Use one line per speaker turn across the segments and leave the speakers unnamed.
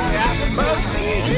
From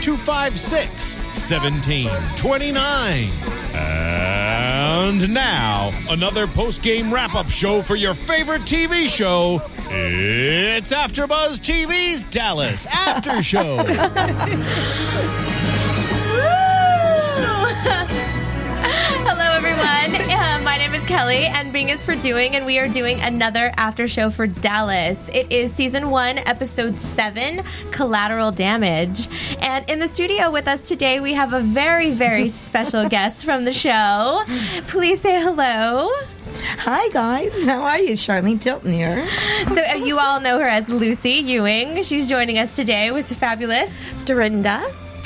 256 1729. And now, another post game wrap up show for your favorite TV show. It's AfterBuzz TV's Dallas After Show.
Hello, everyone. Uh, my name is Kelly, and Bing is for doing, and we are doing another after show for Dallas. It is season one, episode seven, Collateral Damage. And in the studio with us today, we have a very, very special guest from the show. Please say hello.
Hi guys, how are you? Charlene Tilton here.
So, uh, you all know her as Lucy Ewing. She's joining us today with the fabulous Dorinda.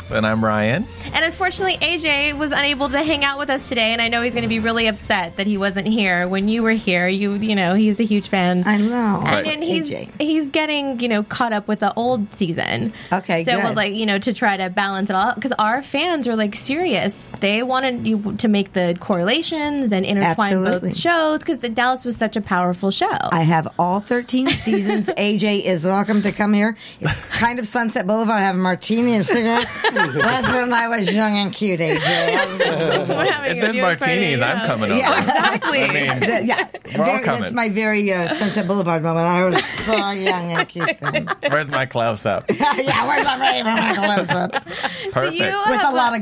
And I'm Ryan.
And unfortunately, AJ was unable to hang out with us today, and I know he's going to be really upset that he wasn't here when you were here. You, you know, he's a huge fan.
I know.
and then he's
AJ.
he's getting you know caught up with the old season.
Okay,
so
good.
we'll like you know to try to balance it all because our fans are like serious. They wanted you to make the correlations and intertwine
Absolutely.
both shows because Dallas was such a powerful show.
I have all 13 seasons. AJ is welcome to come here. It's kind of Sunset Boulevard. I have a martini and a cigarette. That's when I was young and cute, AJ.
We're having
If
a
there's
viewing
martinis,
party,
I'm
yeah.
coming up.
Yeah.
Exactly.
I mean,
That- yeah,
We're all
very, that's
coming.
my very uh, Sunset Boulevard moment. I was so young and cute. then.
where's my close up?
yeah, where's my ready for my close-up?
Perfect.
You
With
have
a lot of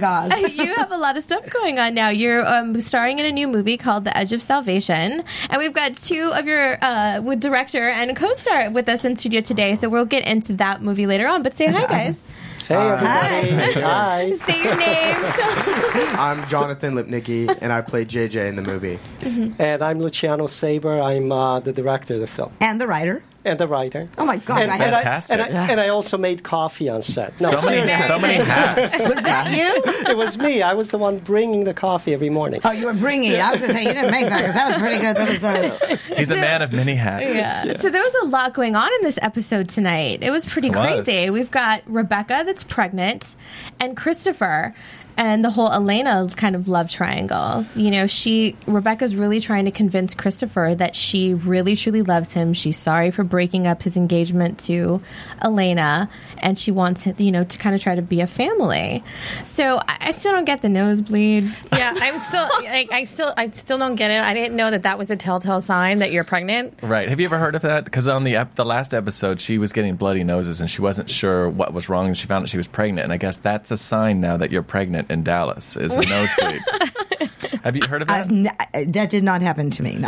gauze.
you have a lot of stuff going on now. You're um, starring in a new movie called The Edge of Salvation, and we've got two of your uh, with director and co-star with us in studio today. So we'll get into that movie later on. But say hi, guys.
Hey everybody! Hi,
Say your names.
I'm Jonathan Lipnicki, and I play JJ in the movie.
Mm-hmm. and I'm Luciano Saber. I'm uh, the director of the film
And the writer.
and the writer.
Oh my God,
And,
I
and I,
had
Fantastic.
and, I, and I also made coffee on set. No,
so many,
seriously,
so many hats.
Was that you?
it was me. I was the one bringing the coffee every morning.
Oh, you were bringing it. I was going to say, you didn't make that because that was pretty good. That was, uh,
He's a man of many hats.
So there was a lot going on in this episode tonight. It was pretty
It was.
crazy. We've got Rebecca that's pregnant, and Christopher. And the whole Elena kind of love triangle. You know, she, Rebecca's really trying to convince Christopher that she really truly loves him. She's sorry for breaking up his engagement to Elena and she wants, him, you know, to kind of try to be a family. So I, I still don't get the nosebleed.
Yeah, I'm still, I, I still, I still don't get it. I didn't know that that was a telltale sign that you're pregnant.
Right. Have you ever heard of that? Because on the ep- the last episode, she was getting bloody noses and she wasn't sure what was wrong. And she found out she was pregnant. And I guess that's a sign now that you're pregnant in Dallas is a nosebleed. Have you heard of that?
I've n- I- that did not happen to me.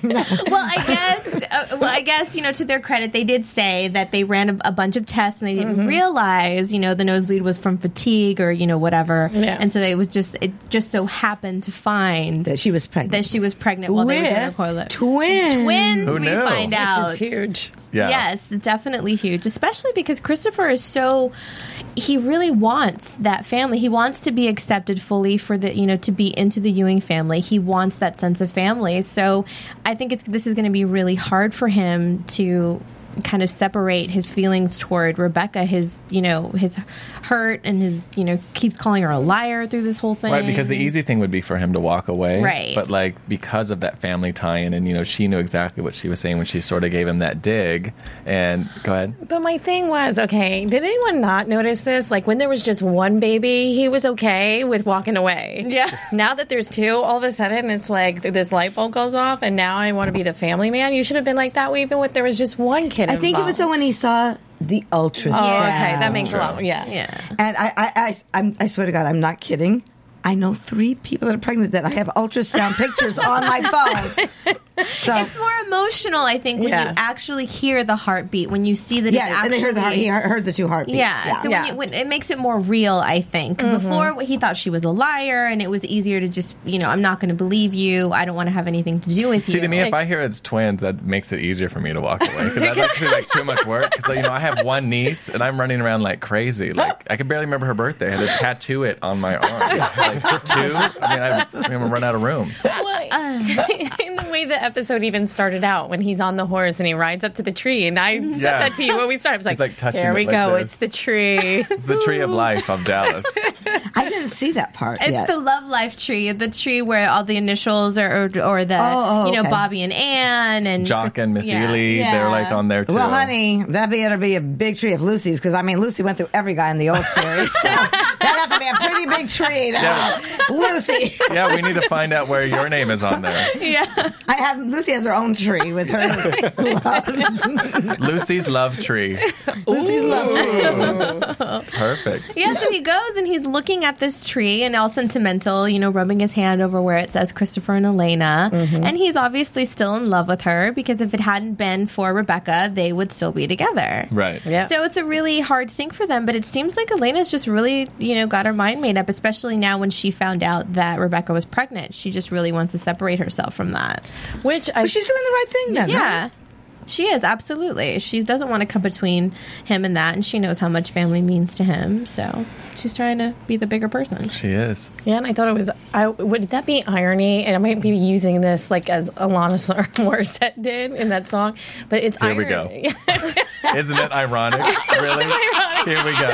No.
well, I guess. Uh, well, I guess you know. To their credit, they did say that they ran a, a bunch of tests and they
Mm-hmm.
didn't realize, you know, the nosebleed was from fatigue or you know whatever.
Yeah.
And so they was just it just so happened to find
that she was pregnant.
that she was pregnant while they were doing a
with
toilet.
twins.
Twins,
Who
we
knew?
find
Which is
out.
It's huge.
Yeah.
Yes, definitely huge, especially because Christopher is so he really wants that family. He wants to be accepted fully for the, you know, to be into the Ewing family. He wants that sense of family. So, I think it's this is going to be really hard for him to kind of separate his feelings toward Rebecca, his, you know, his hurt and his, you know, keeps calling her a liar through this whole thing.
Right, because the e- easy thing would be for him to walk away.
Right.
But like because of that family tie-in, and you know, she knew exactly what she was saying when she sort of gave him that dig. And go ahead.
But my thing was, okay, did anyone not notice this? Like when there was just one baby, he was okay with walking away.
Yeah.
Now that there's two, all of a sudden it's like th- this light bulb goes off, and now I want to be the family man. You should have been like that way even when there was just one kid.
I think it was the
involved.
when he saw the ultrasound.
Oh, okay, that makes a lot. Yeah,
yeah.
And I, I, I, I'm, I swear to God, I'm not kidding. I know three people that are pregnant that I have ultrasound pictures on my phone. So
It's more emotional, I think, when
Yeah.
you actually hear the heartbeat, when you see that. it
yeah,
actually,
and they heard the heart, he heard the two heartbeats.
Yeah, so
Yeah.
When you, when, it makes it more real, I think.
Mm-hmm.
Before he thought she was a liar, and it was easier to just, you know, I'm not going to believe you. I don't want to have anything to do with
See,
you.
to me, if I hear it's twins, that makes it easier for me to walk away because that's actually like too much work. Because you know, I have one niece and I'm running around like crazy. Like I can barely remember her birthday. I had to tattoo it on my arm. Like for two, I mean, I, I'm gonna run out of room.
Well, in the way the episode even started out, when he's on the horse and he rides up to the tree, and I said that to you when we started. I was like,
like, touching
"Here
it
we
like
go,
this.
it's the tree."
It's the tree of life of Dallas.
I didn't see that part
It's
yet.
the love life tree, the tree where all the initials are, or, or the
Oh, oh,
you know
okay.
Bobby and Ann and
Jock and Miss
Yeah.
Ely, they're like on there too.
well, honey, that better be a big tree of Lucy's because I mean Lucy went through every guy in the old series. So that has to be a pretty big tree. to have Lucy,
Yeah, we need to find out where your name is on there.
Yeah,
I have Lucy has her own tree with her gloves.
Lucy's love tree.
Lucy's love tree.
Perfect.
yeah. So he goes and he's looking at this tree and all sentimental, you know, rubbing his hand over where it says Christopher and Elena, and he's obviously still in love with her because if it hadn't been for Rebecca, they would still be together.
Right.
Yeah.
So it's a really hard thing for them, but it seems like Elena's just really, you know, got her mind made up, especially now when she found out that Rebecca was pregnant. She just really wants to separate herself from that.
Which I
But she's doing the right thing then. huh?
Yeah. She is, absolutely. She doesn't want to come between him and that, and she knows how much family means to him. So she's trying to be the bigger person.
She is.
yeah, and I thought it was. I would that be irony? And I might be using this like as Alanis Morissette did in that song, but it's
Here we
irony.
go. Isn't it ironic? Really? Here we go.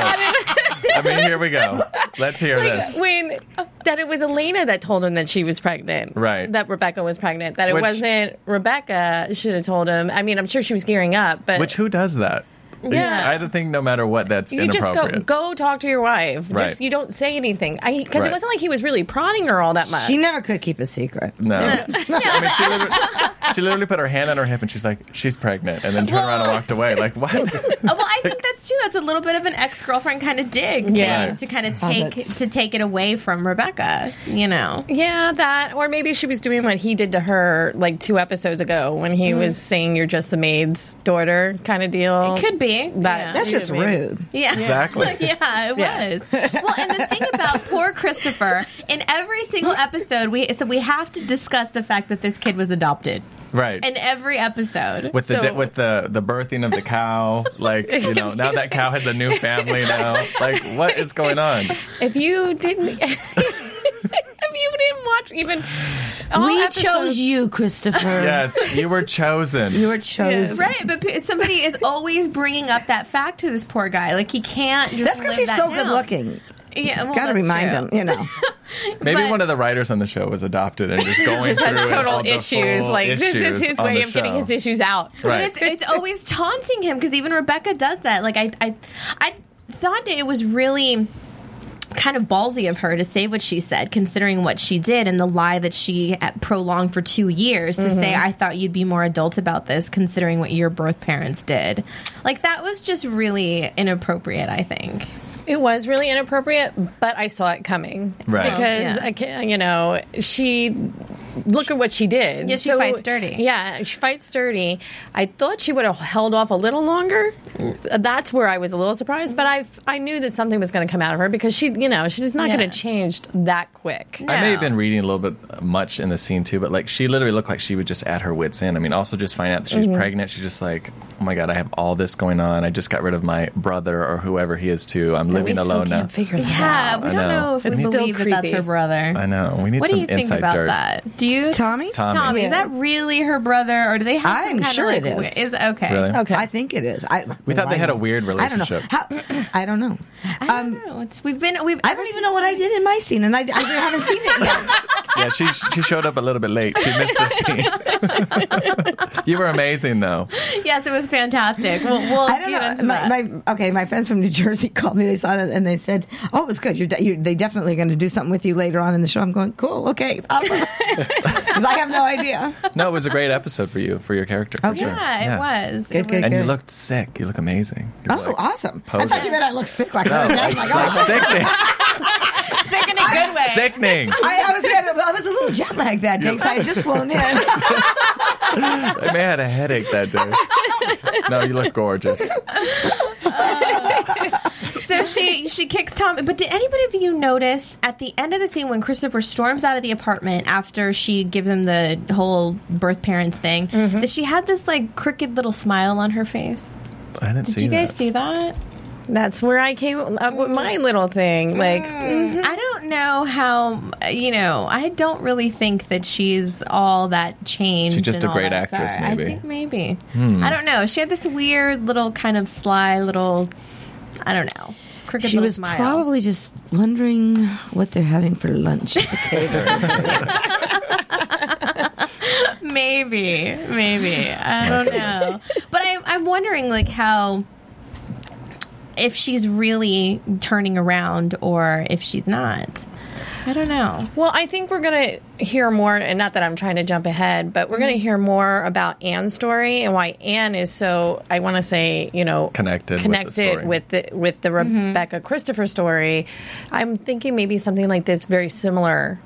I mean, here we go. Let's hear this.
when that it was Elena that told him that she was pregnant.
Right.
That Rebecca was pregnant. That it
Which-
wasn't Rebecca should have told him. I mean, I'm sure she was gearing up, but
Which who does that?
Yeah.
I don't think no matter what that's
you just go
inappropriate.
go talk to your wife.
Right.
Just you don't say anything. I because
Right.
it wasn't like he was really prodding her all that much.
She never could keep a secret.
No. I mean, she literally, she literally put her hand on her hip and she's like, she's pregnant, and then turned around and walked away. Like, what?
Oh, well, I think that's too. That's a little bit of an ex girlfriend kind of dig,
Yeah.
thing, to kind of
Oh,
take
that's-
to take it away from Rebecca. You know,
yeah, that or maybe she was doing what he did to her like two episodes ago when he was saying you're just the maid's daughter kind of deal.
it could be
That-
Yeah.
That's just
Yeah, maybe.
rude.
Yeah.
Exactly.
yeah, it
Yeah.
was. Well, and the thing about poor Christopher, in every single episode, we so we have to discuss the fact that this kid was adopted
Right.
in every episode.
with the
so-
di- with the the birthing of the cow, like you know, now that cow has a new family now. Like, what is going on?
If you didn't if you didn't watch even all
we
episodes-
chose you, Christopher.
Yes, you were chosen.
You were chosen.
Right, but pe- somebody is always bringing up that fact to this poor guy. Like he can't just.
That's because
live
he's
that
so
down.
good looking.
Yeah, well,
Got to
that's
remind
true.
him, you know.
Maybe
But-
one of the writers on the show was adopted and just going
Just
through
has
it, all
total
the
issues.
full
Like this
issues
is his
on
way
the
of getting
show.
his issues out.
But
Right.
it's, it's always taunting him because even Rebecca does that. Like I, I, I thought that it was really kind of ballsy of her to say what she said, considering what she did and the lie that she uh, prolonged for two years to say,
Mm-hmm.
"I thought you'd be more adult about this, considering what your birth parents did." Like that was just really inappropriate. I think.
It was really inappropriate, but I saw it coming.
Right.
Because,
Oh, Yeah.
I can, you know, she, look at what she did.
Yeah, she fights dirty.
Yeah, she fights dirty. I thought she would have held off a little longer. That's where I was a little surprised, but I, I knew that something was going to come out of her because she, you know, she's not
Yeah.
going to change that quick.
I may have
No.
been reading a little bit much in the scene too, but like she literally looked like she was just at her wits end. I mean, also just find out that
Mm-hmm.
she's pregnant. She's just like, oh my god, I have all this going on. I just got rid of my brother or whoever he is too. I'm
We
living
still
alone now.
can't figure that
Yeah,
out.
we don't
know.
know, if
It's
we
still
believe that that's
creepy.
her brother.
I know. We need
What
some
do you think
inside
about
dirt.
that? Do you,
Tommy?
Tommy.
Tommy, is
Yeah.
that really her brother, or do they have? some
I'm
kind
sure
of like,
it
Is
is.
okay. Um,
Really?
Okay.
I think it is. I,
We thought they had a
Why-
weird relationship.
I don't know. How, I don't know.
I don't
Um,
know. It's, we've been. We've.
I don't even know what I did in my scene, and I, I haven't seen it yet.
yeah, she she showed up a little bit late. She missed the scene. you were amazing though.
Yes, it was fantastic. We'll, we'll
I don't
get
know.
into
My,
that.
my, okay, my friends from New Jersey called me. They saw it and they said, "Oh, it was good. You're, de- you're they definitely going to do something with you later on in the show." I'm going, "Cool, okay," because I have no idea.
No, it was a great episode for you for your character. For
Okay.
sure.
yeah, it was.
Good,
It was-
good.
And you looked sick. You look amazing. You
Oh,
look-
awesome! I
posing.
thought you meant I looked sick like
No,
her.
I
I'm
just
like, oh,
like sick.
Sick in a good way.
Sickening.
I, I was I was a little jet lagged that day because I had just flown in.
I may have had a headache that day. No, you look gorgeous.
So she she kicks Tom. But did anybody of you notice at the end of the scene when Christopher storms out of the apartment after she gives him the whole birth parents thing that she had this like crooked little smile on her face?
I didn't
Did
see
you guys
that.
see that?
That's where I came up with my little thing. Like,
Mm-hmm.
I don't know how you know. I don't really think that she's all that changed.
She's just
and
a
all
great
that
actress,
sorry.
maybe. Hmm.
I think maybe. I don't know. She had this weird little kind of sly little. I don't know. Crooked
She
little
was
smile.
probably just wondering what they're having for lunch.
maybe, maybe. I don't know. but I, I'm wondering, like, how if she's really turning around or if she's not. I don't know.
well, I think we're going to hear more, and not that I'm trying to jump ahead, but we're going
Mm-hmm.
to hear more about Anne's story and why Anne is so, I want to say, you know,
Connected with the
connected
story.
with the, with the,
Mm-hmm.
Rebecca Christopher story. I'm thinking maybe something like this very similar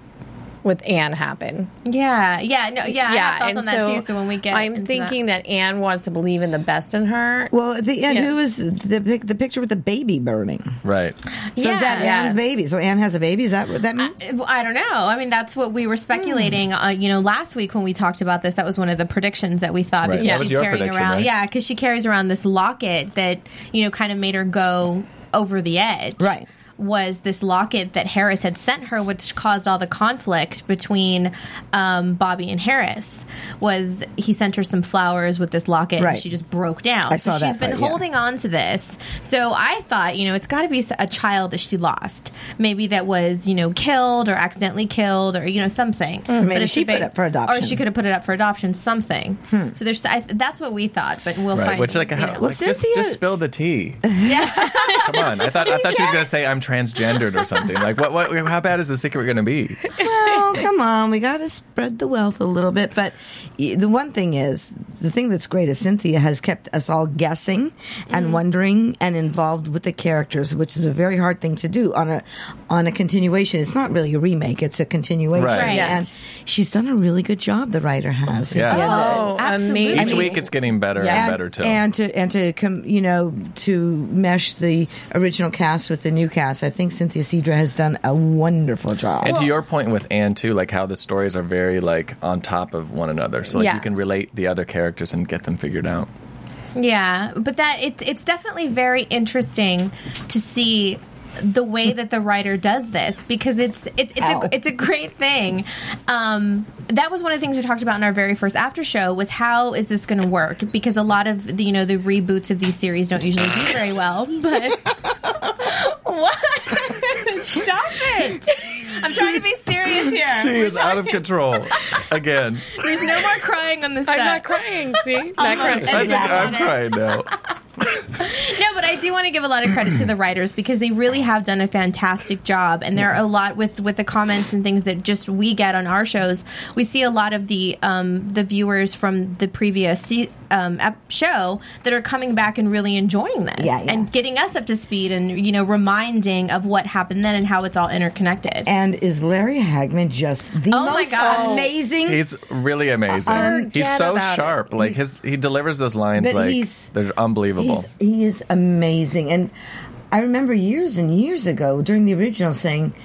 with Anne happen.
Yeah, yeah, no, yeah. I have thoughts on that too. So when we get,
I'm
into
thinking that. Anne wants to believe in the best in her.
well, at the end,
Yeah.
who was the pic- the picture with the baby burning?
Right.
So is that
Yeah.
Anne's baby? So Anne has a baby. Is that what that means?
Well, I don't know. I mean, that's what we were speculating. Uh, you know, last week when we talked about this, that was one of the predictions that we thought
Right.
because
That was
she's
your
carrying
prediction,
around,
right?
yeah, because she carries around this locket that you know kind of made her go over the edge,
Right.
Was this locket that Harris had sent her, which caused all the conflict between um, Bobby and Harris? Was he sent her some flowers with this locket,
Right.
and she just broke down?
I
so
saw
she's
that
been
part, yeah.
holding holding on to this. So I thought, you know, it's got to be a child that she lost. Maybe that was, you know, killed or accidentally killed or, you know, something.
Mm, maybe
if
she
the
put it for adoption. Hmm.
Or she could have put it up for adoption, something. So there's, I, that's what we thought, but we'll
Right.
find
Which like,
you
how,
know.
like
Well,
just,
Cynthia-
just spill the tea. Come on. I thought I thought she was gonna say I'm transgendered or something. Like what what how bad is the secret gonna be?
well, come on, we got to spread the wealth a little bit. But y- the one thing is, the thing that's great is Cynthia has kept us all guessing and
Mm-hmm.
wondering and involved with the characters, which is a very hard thing to do on a on a continuation. It's not really a remake; it's a continuation,
Right.
Right.
and she's done a really good job. The writer has, Cynthia.
yeah.
Oh,
Absolutely.
Each
amazing.
I mean-
week it's getting better and
and,
better too.
and to and to come, you know, to mesh the original cast with the new cast. I think Cynthia Cedra has done a wonderful job.
And to your point with Anne too, like how the stories are very like on top of one another, so like you can
Yes.
relate the other characters and get them figured out.
Yeah, but that it's it's definitely very interesting to see the way that the writer does this because it's it, it's
Ow.
a, it's a great thing. Um, that was one of the things we talked about in our very first after show was how is this going to work because a lot of the, you know the reboots of these series don't usually do very well. But what? Stop it! I'm trying to be serious here.
She is out of control again.
There's no more crying on this.
I'm
set.
not crying.
Oh,
See, not crying.
I think
Exactly.
I'm crying now.
No, but I do want to give a lot of credit to the writers because they really have done a fantastic job. And there are a lot with with the comments and things that just we get on our shows. We see a lot of the um, the viewers from the previous se- um, ep- show that are coming back and really enjoying this
Yeah, yeah.
and getting us up to speed and you know reminding of what happened then and how it's all interconnected.
And is Larry Hagman just the
Oh my
most
gosh.
amazing?
He's really amazing. he's
Forget
so
about it.
sharp. Like his he delivers those lines
But
like
he's-
they're
He's,
unbelievable.
he is amazing. And I remember years and years ago during the original saying,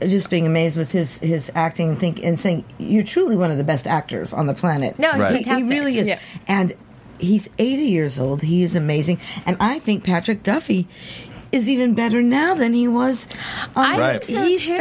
just being amazed with his, his acting and think and saying, you're truly one of the best actors on the planet.
No, he's
Right.
He- He,
fantastic.
really is.
Yeah.
And he's 80 years old. He is amazing. And I think Patrick Duffy is even better now than he was. On
I
Right.
think so
He's
too.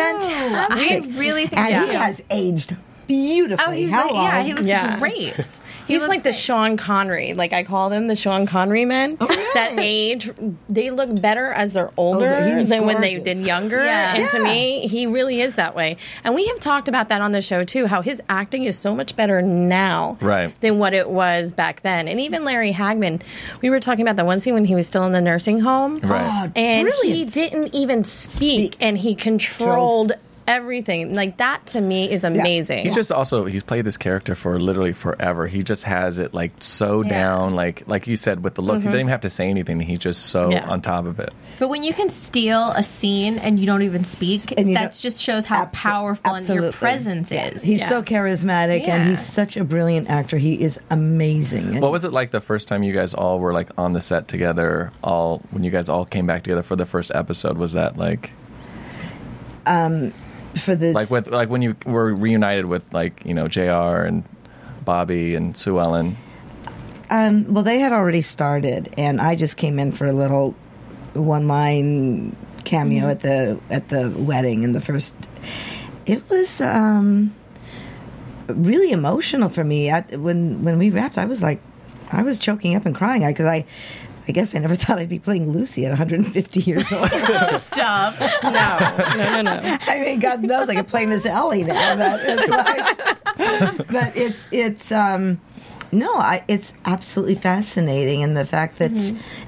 fantastic.
I really think
and
so.
he has aged beautifully.
Oh, he's
How
like,
long?
yeah, he looks
Yeah.
great. He's
He's like the Sean Connery. Like I call them the Sean Connery men.
Oh,
That age, they look better as they're older
Oh, he's
than when they
gorgeous.
did younger.
Yeah.
And to me, he really is that way. And we have talked about that on the show too. How his acting is so much better now,
Right.
than what it was back then. And even Larry Hagman, we were talking about that one scene when he was still in the nursing home,
Right.
And he
Brilliant.
didn't even speak, and he controlled. everything. Like that to me is amazing.
He just also he's played this character for literally forever. He just has it like so
Yeah.
down, like like you said with the
Mm-hmm.
look. He didn't even have to say anything. He's just so
Yeah.
on top of it.
But when you can steal a scene and you don't even speak,
And you
that
don't-
just shows how
Abso-
powerful and your
absolutely.
presence is.
He's
Yeah.
so charismatic
Yeah.
and he's such a brilliant actor. He is amazing. And
What was it like the first time you guys all were like on the set together? All when you guys all came back together for the first episode, was that like
for this?
like with like when you were reunited with like you know Jr. and Bobby and Sue Ellen?
um, well, they had already started, and I just came in for a little one-line cameo
Mm-hmm.
at the at the wedding in the first. It was um, really emotional for me. I, when when we wrapped, I was like, I was choking up and crying because I. I guess I never thought I'd be playing Lucy at 150 years old.
Stop.
No, no, no.
I mean, God knows I could play Miss Ellie now, but it's like, but it's it's um, no, I, it's absolutely fascinating, and the fact that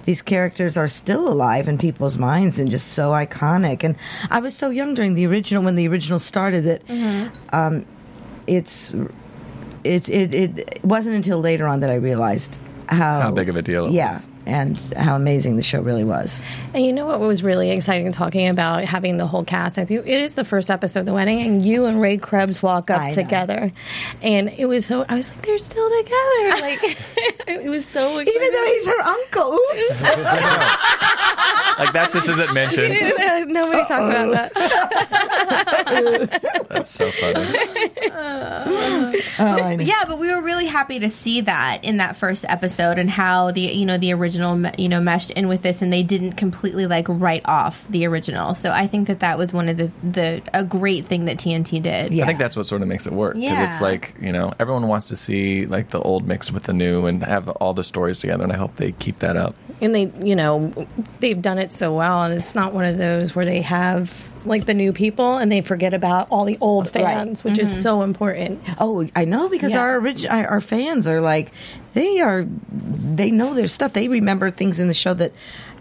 these characters are still alive in people's minds and just so iconic. And I was so young during the original when the original started that um, it's it, it it wasn't until later on that I realized how
How big of a deal it
yeah,
was.
and how amazing the show really was.
And you know what was really exciting talking about having the whole cast? I think it is the first episode of the wedding, and you and Ray Krebs walk up
I know.
together, and it was so. I was like, they're still together. Like it was so. Exciting.
Even though he's her uncle, oops.
Like that just isn't mentioned.
nobody talks about that.
That's so funny.
Oh, I know.
yeah, but we were really happy to see that in that first episode and how the you know the original me- you know meshed in with this and they didn't completely like write off the original. So I think that that was one of the the a great thing that TNT did.
Yeah.
I think that's what sort of makes it work because
Yeah.
it's like you know everyone wants to see like the old mixed with the new and have all the stories together, and I hope they keep that up.
and they you know they've done it so well and it's not one of those where they have like the new people and they forget about all the old fans which is so important
Oh, I know because
Yeah.
our orig- our our fans are like they are they know their stuff. They remember things in the show that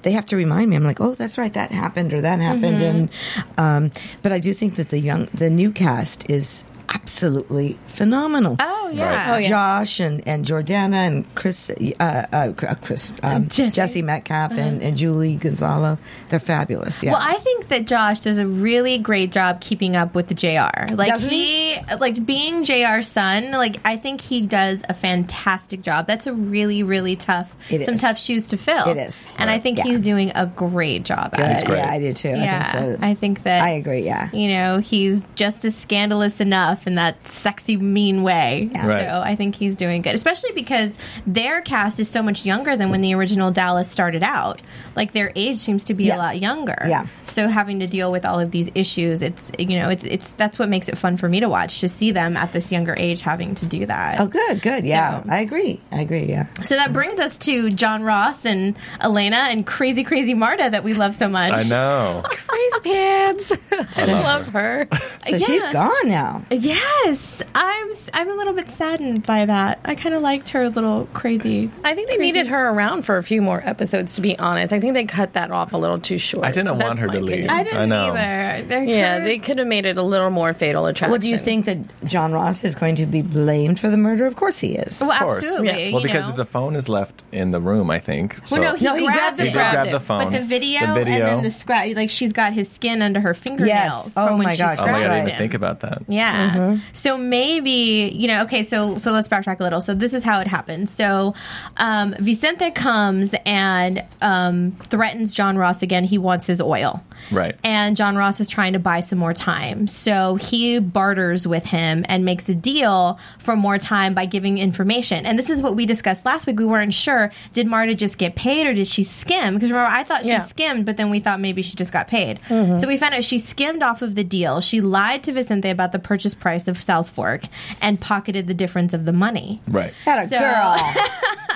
they have to remind me. I'm like, oh, that's right, that happened or that happened.
Mm-hmm.
And um, but I do think that the young the new cast is absolutely phenomenal.
Oh yeah.
Oh, yeah.
Josh and, and Jordana and Chris, uh, uh, Chris um, Jesse.
Jesse. Uh-huh.
Metcalf and, and Julie Gonzalo, they're fabulous. Yeah,
Well, I think that Josh does a really great job keeping up with the JR. Like
Doesn't
he, like being JR's son, like I think he does a fantastic job. That's a really really tough
It
some
is.
tough shoes to fill.
It is.
And I think
Yeah.
he's doing a great job at it.
great.
yeah, I do too.
Yeah,
I think so.
I think that
I agree, yeah.
you know he's just as scandalous enough in that sexy mean way.
Right.
So I think he's doing good, especially because their cast is so much younger than when the original Dallas started out. Like their age seems to be
Yes.
a lot younger.
Yeah.
So having to deal with all of these issues, it's you know it's it's that's what makes it fun for me to watch to see them at this younger age having to do that.
Oh, good, good. Yeah,
So-
I agree. I agree. Yeah.
So that brings us to John Ross and Elena and Crazy Crazy Marta that we love so much.
I know.
crazy pants i love her
So she's
Yeah.
gone now.
Yes, I'm. s- I'm a little bit saddened by that. I kind of liked her little crazy.
i think they needed her around for a few more episodes to be honest i think they cut that off a little too short
I didn't want
That's
her
my
to leave.
opinion.
I didn't
know.
either. They're
yeah
her-
they could have made it a little more fatal attraction
Well, do you think that John Ross is going to be blamed for the murder? Of course he is.
well,
Of course.
absolutely.
Well,
you
because
know.
the phone is left in the room, I think. So
well, no, he,
No, he
grabbed,
grabbed
the
it.
he
He grabbed
phone,
grabbed
it.
the phone.
but the video, and
video.
then the scratch. Like she's got his skin under her fingernails
Yes.
from
Oh
when
my
she
gosh,
Oh my
scratched
god, I
Right.
didn't
him.
think about that.
Yeah. So maybe, you know, okay, so so let's backtrack a little. So this is how it happened. So um, Vicente comes and um, threatens John Ross again. He wants his oil.
Right.
And John Ross is trying to buy some more time. So he barters with him and makes a deal for more time by giving information. And this is what we discussed last week. We weren't sure did Marta just get paid or did she skim? Because remember, I thought she
Yeah.
skimmed, but then we thought maybe she just got paid. So we found out she skimmed off of the deal. She lied to Vicente about the purchase price of South Fork and pocketed the difference of the money.
Right.
Had a
So-
girl.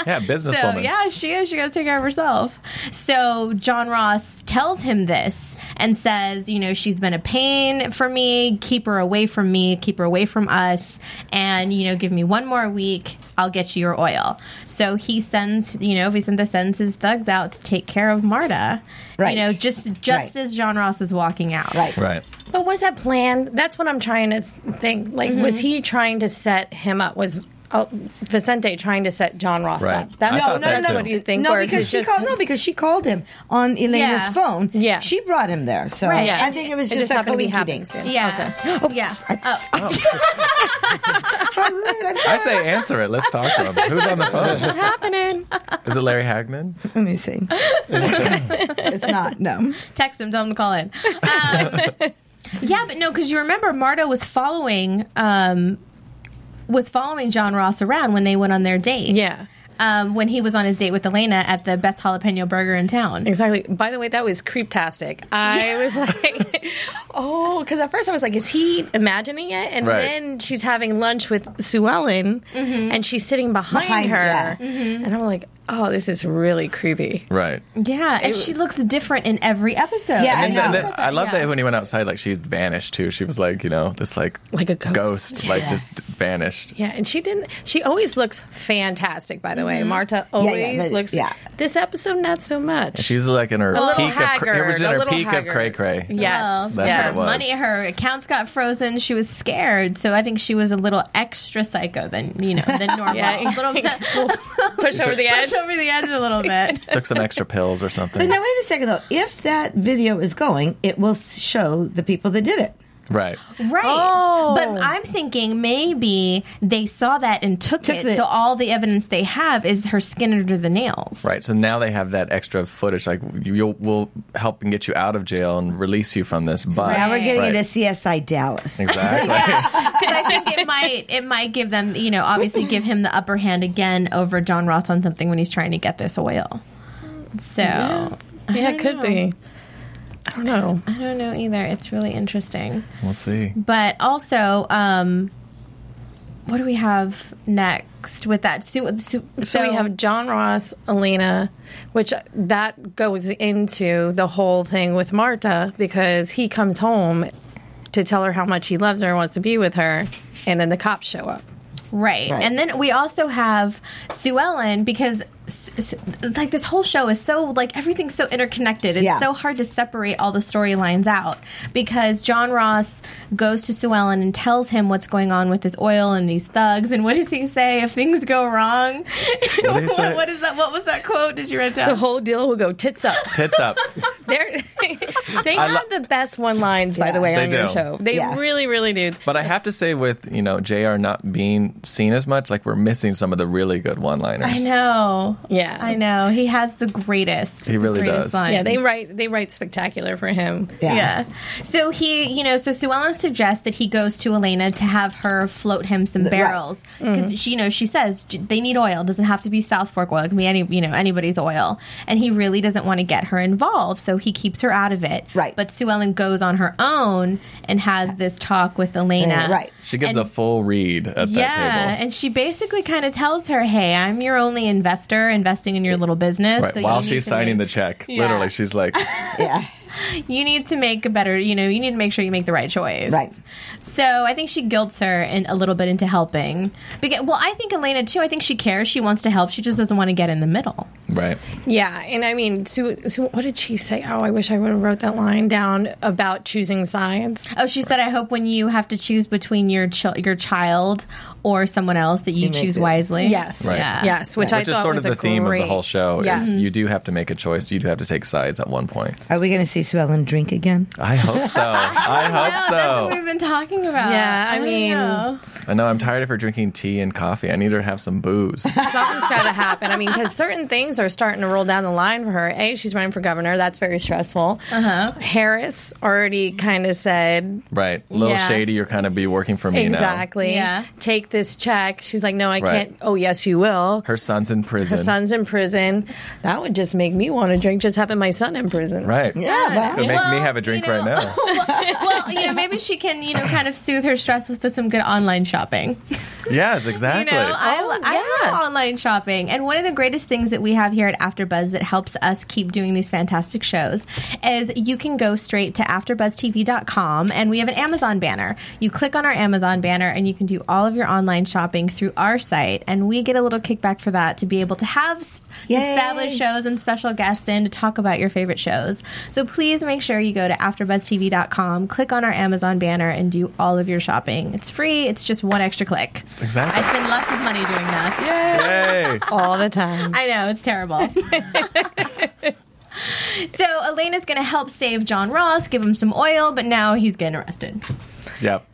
Yeah, businesswoman.
So yeah, she is. She got to take care of herself. So John Ross tells him this and says, you know, she's been a pain for me. Keep her away from me. Keep her away from us. And you know, give me one more week. I'll get you your oil. So he sends, you know, Vicente sends his thugs out to take care of Marta.
Right.
You know, just just
Right.
as John Ross is walking out.
Right.
Right.
But was that planned? That's what I'm trying to th- think. Like, was he trying to set him up? Was uh, Vicente trying to set John Ross
Right.
up? That's,
I
no,
thought
no,
that
that's
too.
what you think.
No,
or is
because
it
she
just-
called. No, because she called him on Elena's
Yeah.
phone.
Yeah.
she brought him there. So
Right.
Yeah.
I think it was
It
just, a
happened to be
coincidence.
happenstance.
Yeah. Yeah. Oh.
I say answer it. Let's talk to him. Who's on the phone?
happening.
Is it Larry Hagman?
Let me see. it's not. No.
text him, tell him to call in. Um, yeah, but no, because you remember Marta was following um, was following John Ross around when they went on their date.
Yeah.
Um, when he was on his date with Elena at the best jalapeno burger in town.
Exactly. By the way, that was creeptastic. I was like, oh, because at first I was like, is he imagining it? And
Right.
then she's having lunch with Sue Ellen, and she's sitting behind,
Mm-hmm. Behind,
her,
yeah.
and I'm like, oh, this is really creepy.
Right.
Yeah, and she looks different in every episode.
Yeah, I
And
know.
then, then I love
Yeah.
that when he went outside, like she vanished too. She was like, you know, just like
Like a ghost.
like just vanished.
Yeah, and she didn't. She always looks fantastic. By the way, Marta always
but-
looks.
yeah.
This episode, not so much.
She's like in her
a little
peak
haggard.
of cra- it was in
a
her
little
peak
haggard.
of cray cray.
Yes.
Well,
That's
yeah.
what it was.
Money, her accounts got frozen. She was scared, so I think she was a little extra psycho than you know than normal.
Yeah.
a little bit,
Push over the edge.
push over the edge a little bit.
Took some extra pills or something.
But now wait a second though. If that video is going, it will s- show the people that did it.
Right.
Right.
Oh.
But I'm thinking maybe they saw that and took,
Took
it.
the-
so all the evidence they have is her skin under the nails.
Right. So now they have that extra footage. Like you, you'll we'll help and get you out of jail and release you from this. But
Now we're getting
Right.
into CSI Dallas.
exactly.
Because I think it might it might give them, you know, obviously give him the upper hand again over John Ross on something when he's trying to get this oil. So
yeah, it could be. I don't know.
I don't know either. It's really interesting.
We'll see.
But also, um what do we have next with that? Su- su-
So, we have John Ross, Elena, which uh, that goes into the whole thing with Marta because he comes home to tell her how much he loves her and wants to be with her, and then the cops show up.
Right.
Right.
And then we also have Sue Ellen because s- s- like this whole show is so like everything's so interconnected. It's
Yeah.
so hard to separate all the storylines out because John Ross goes to Sue Ellen and tells him what's going on with his oil and these thugs and what does he say if things go wrong?
What did he say?
what is that what was that quote? Did you write it down?
The whole deal will go tits up.
Tits up.
They're, they
I
have
lo-
the best one lines, by the way,
They
on your
do.
show. They
Yeah.
really, really do.
But I have to say, with you know Jr. not being seen as much, like we're missing some of the really good one-liners.
I know.
Yeah.
I know. He has the greatest.
He really
the greatest
does.
lines.
Yeah, they write they write spectacular for him.
Yeah.
Yeah. So he, you know, so Sue Ellen suggests that he goes to Elena to have her float him some barrels because
Mm-hmm.
she, you know, she says "J- they need oil. Doesn't have to be South Fork oil. It can be any, you know, anybody's oil. And he really doesn't want to get her involved, so he keeps her out of it.
Right.
But Sue Ellen goes on her own and has this talk with Elena.
Yeah, Uh, right.
She gives
And-
a full read at that
Yeah,
table.
and she basically kind of tells her, "Hey, I'm your only investor investing in your little business."
Right.
so you
While
need
she's
to
signing
make-
the check,
Yeah.
literally, she's like,
Yeah.
you need to make a better you know you need to make sure you make the right choice
Right.
so i think she guilts her in a little bit into helping because well i think elena too i think she cares she wants to help she just doesn't want to get in the middle
right.
Yeah, and I mean, Sue, Sue, what did she say? Oh, I wish I would have wrote that line down about choosing sides.
oh she said i hope when you have to choose between your ch- your child or someone else that you,
make
choose
it.
wisely
Yes,
Right.
yes, which I
Which
thought
is sort of
was
the
a
theme
great,
of the whole show.
Yes.
Is you do have to make a choice. You do have to take sides at one point.
Are we going to see Sue Ellen drink again?
I hope so. I
Yeah, Oh, that's what
hope
we've been talking about. Oh,
Yeah, I
don't
mean-
know.
so. I know. I'm tired of her drinking tea and coffee. I need her to have some booze.
Something's got to happen. I mean, because certain things are starting to roll down the line for her. A, she's running for governor. That's very stressful. Uh-huh. Harris already kind of said
right. A little
Yeah.
shady. You're kind of be working for me now.
exactly.
Yeah.
Take this check. She's like, no, I
Right.
can't. Oh, yes, you will.
Her son's in prison.
Her son's in prison. That would just make me want to drink. Just having my son in prison.
Right.
Yeah. well,
It'll make me
Well,
have a drink
you know-
right now.
well, you know, maybe she can, you know, kind of soothe her stress with some good online shopping.
Yes, exactly.
You know, I,
Oh,
I
yeah.
love online shopping. And one of the greatest things that we have here at AfterBuzz that helps us keep doing these fantastic shows is you can go straight to AfterBuzzTV.com and we have an Amazon banner. You click on our Amazon banner and you can do all of your online shopping through our site. And we get a little kickback for that to be able to have s-
Yay.
these fabulous shows and special guests in to talk about your favorite shows. So please make sure you go to AfterBuzzTV.com, click on our Amazon banner, and do all of your shopping. It's free. It's just one extra click.
Exactly.
I spend lots of money doing this. Yeah.
Yay.
all the time.
I know, it's terrible. so Elena's going to help save John Ross, give him some oil, but now he's getting arrested.
Yep.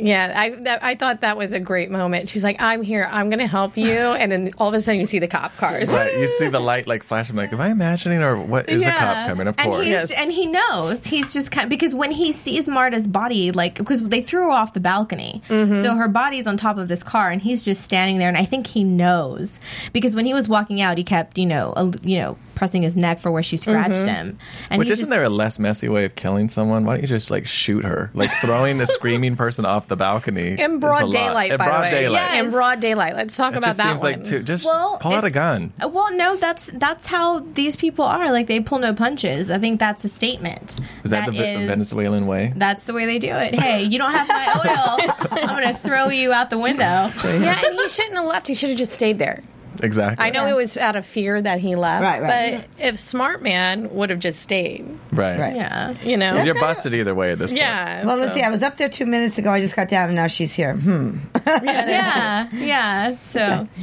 Yeah, I that, I thought that was a great moment. She's like, "I'm here. I'm going to help you," and then all of a sudden you see the cop cars.
Right. You see the light like flash. I'm like, am I imagining or what is a cop coming? Of
and
course.
He's,
Yes.
And he knows. He's just kind because when he sees Marta's body, like, because they threw her off the balcony. So her body's on top of this car, and he's just standing there. And I think he knows because when he was walking out, he kept, you know, a, you know, pressing his neck for where she scratched him. And
Which
he's
isn't
just-
there a less messy way of killing someone? Why don't you just like shoot her? Like throwing a screaming person off the balcony
In
is a
broad
lot.
daylight,
In
by
broad
the way.
daylight.
Yeah, in broad daylight. Let's talk
It
about
just
that
seems
one.
like too. Just
Well,
pull out a
it's-
gun.
uh, Well, no, that's that's how these people are. Like they pull no punches. I think that's a statement.
Is that, the Ve-
is-
Venezuelan way?
That's the way they do it. Hey, you don't have my oil. I'm going to throw you out the window.
yeah, and he shouldn't have left. He should have just stayed there.
Exactly.
I know it was out of fear that he left,
Right, right.
but if smart man would have just stayed,
Right.
Right.
Yeah.
you know,
You're busted either way at this point.
yeah.
Well,
so-
let's see. I was up there two minutes ago. I just got down, and now she's here. Hmm.
Yeah. Yeah. So,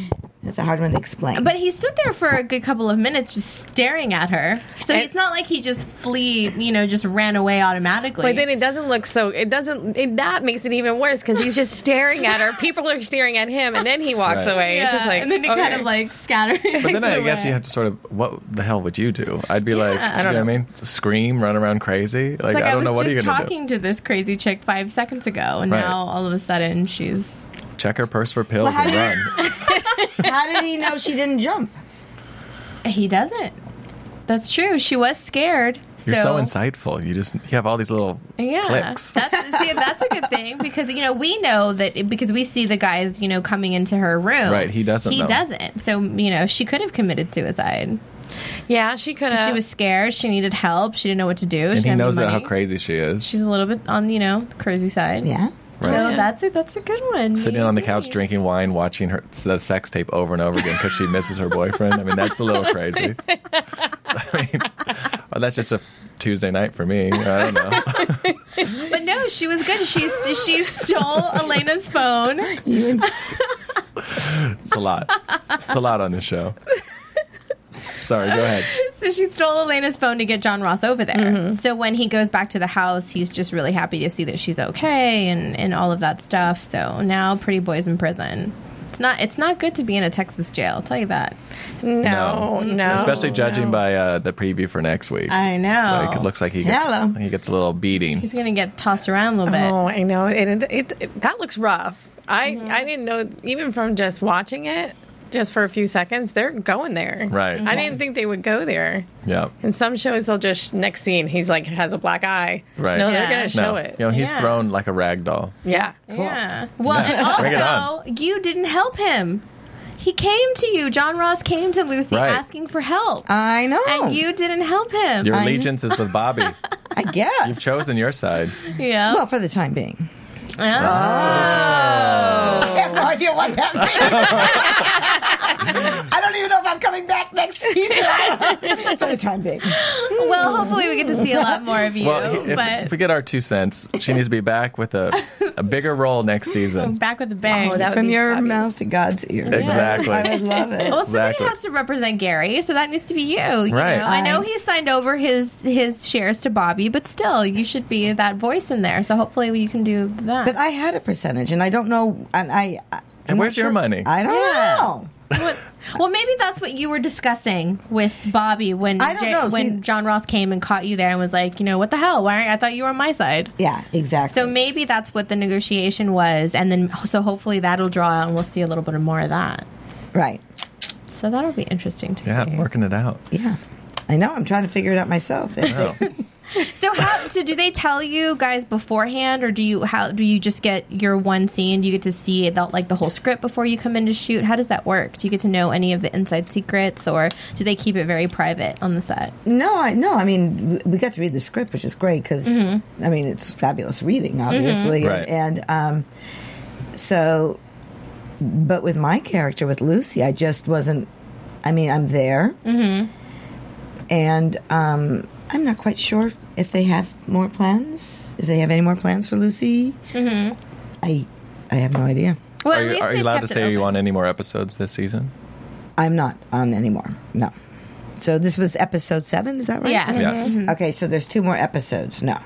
That's a hard one to explain.
but he stood there for a good couple of minutes just staring at her. So
And-
it's not like he just flee, you know, just ran away automatically.
But then it doesn't look so. It doesn't. It, that makes it even worse because he's just staring at her. People are staring at him, and then he walks
Right.
away. It's just like,
and then it kind
okay.
of like scattered.
But then I guess you have to sort of what the hell would you do? I'd be like,
I
you
don't
know what
know.
I mean? Scream, run around crazy. Like,
It's like
I
I,
don't
was
know what are you
just
gonna
talking to this crazy chick five seconds ago, and
Right.
now all of a sudden she's.
do. Check her purse for pills
how
and
do you-
run.
How did he know she didn't jump?
He doesn't. That's true. She was scared.
You're so insightful. You just you have all these little
Yeah,
clicks.
that's see, that's a good thing because you know we know that because we see the guys you know coming into her room.
Right, he doesn't
He
know.
doesn't. So you know she could have committed suicide.
yeah, she could have.
she was scared. She needed help. She didn't know what to do. she
and
didn't
he
have
knows
any
that how
money.
crazy she is.
She's a little bit on you know the crazy side.
Yeah.
Right.
So
Yeah.
that's a that's a good one.
Sitting on the
Maybe.
couch, drinking wine, watching her that sex tape over and over again because she misses her boyfriend. I mean, that's a little crazy. I mean, well, that's just a Tuesday night for me. I don't know.
But no, she was good. She she stole Elena's phone.
It's a lot. It's a lot on this show. Sorry, go ahead.
So she stole Elena's phone to get John Ross over there. So when he goes back to the house, he's just really happy to see that she's okay and, and all of that stuff. So now Pretty Boy's in prison. It's not it's not good to be in a Texas jail, I'll tell you that.
no, no,
Mm-hmm. Especially judging
no.
by uh, the preview for next week.
I know.
Like, it looks like he gets
Hello.
he gets a little beating.
he's gonna get tossed around a little bit.
Oh, I know. It, it, it that looks rough. I
Mm-hmm.
I didn't know even from just watching it, just for a few seconds. They're going there,
Right.
I didn't think they would go there.
Yeah.
In some shows, they'll just next scene he's like has a black eye.
Right.
No,
Yeah.
they're gonna show
no.
it.
You know, he's
Yeah.
thrown like a rag doll.
Yeah.
Yeah. Well
Bring
and
it
also you didn't help him. He came to you. John Ross came to Lucy
Right.
asking for help.
I know.
and you didn't help him.
Your
I-
allegiance is with Bobby.
I guess.
You've chosen your side.
Yeah. Ah.
well, for the time being.
Oh.
I have no idea what that means. I don't even know if I'm coming back next season. I don't- for the time being.
Well, hopefully we get to see a lot more of you.
Well, he- if,
but
if we get our two cents, she needs to be back with a, a bigger role next season.
back with a bang.
Oh, that would
From
be
your
fabulous.
mouth to God's ears.
Exactly.
I would love it.
well, somebody
Exactly.
has to represent Gary, so that needs to be you. you
Right.
know? I know he signed over his his shares to Bobby, but still, you should be that voice in there. So hopefully, you can do that.
But I had a percentage, and I don't know. And I. I- I'm
And where's
not
your
sure-
money?
I don't
Yeah.
know.
What- well, maybe that's what you were discussing with Bobby when
I don't
Ja-
know.
when
See-
John Ross came and caught you there and was like, you know, what the hell? Why aren't I thought you were on my side?
Yeah, exactly.
So maybe that's what the negotiation was, and then so hopefully that'll draw out, and we'll see a little bit more of that.
right.
So that'll be interesting to
Yeah,
see.
I'm working it out.
Yeah. I know. I'm trying to figure it out myself.
Oh.
So how so do they tell you guys beforehand, or do you how do you just get your one scene? Do you get to see the, like the whole script before you come in to shoot? How does that work? Do you get to know any of the inside secrets, or do they keep it very private on the set?
No, I no. I mean, w- we got to read the script, which is great because I mean it's fabulous reading, obviously,
Right.
and, um, so. But with my character, with Lucy, I just wasn't. I mean, I'm there, mm-hmm. and um, I'm not quite sure if they have more plans. If they have any more plans for Lucy, mm-hmm. I I have no idea.
Well,
Are
at
you,
least
are you
they've
allowed to
kept it
say you
open.
on any more episodes this season?
I'm not on anymore. No. So this was episode seven. Is that right? Mm-hmm.
Yeah.
Yes.
Okay, so there's two more episodes. No.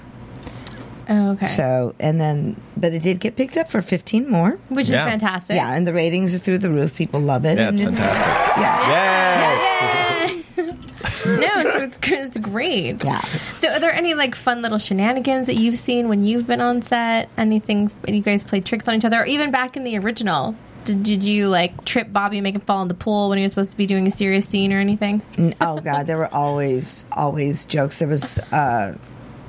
Oh, okay.
So, and then, but it did get picked up for 15 more.
Which is
Yeah.
fantastic.
Yeah, and the ratings are through the roof. People love it.
Yeah,
and
it's
Mm-hmm.
fantastic.
Yeah.
Yay!
No, so it's, it's great.
Yeah.
So, are there any like fun little shenanigans that you've seen when you've been on set? Anything you guys played tricks on each other, or even back in the original? Did, did you like trip Bobby and make him fall in the pool when he was supposed to be doing a serious scene or anything? E-,
And, oh, God, there were always, always jokes. There was uh,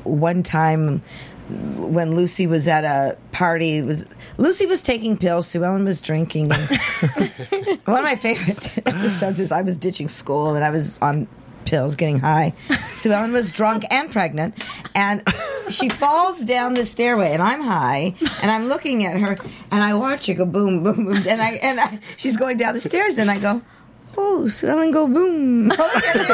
one time when Lucy was at a party. It was Lucy was taking pills, Sue Ellen was drinking. and one of my favorite episodes is I was ditching school and I was on pills getting high. Sue Ellen was drunk and pregnant and she falls down the stairway and I'm high and I'm looking at her and I watch her go boom boom boom and I and I, she's going down the stairs and I go Oh, Sue Ellen go boom. and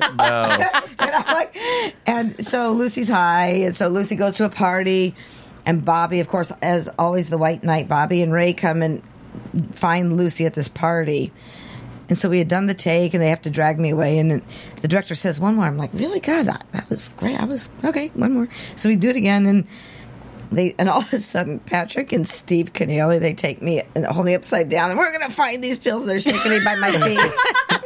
I'm like, and so Lucy's high, and so Lucy goes to a party, and Bobby, of course, as always, the white knight, Bobby and Ray come and find Lucy at this party. And so we had done the take, and they have to drag me away. And then the director says one more. I'm like, really? God, I, that was great. I was okay. One more. So we do it again, and they and all of a sudden Patrick and Steve Keneally, they take me and hold me upside down, and we're gonna find these pills. They're shaking me by my feet.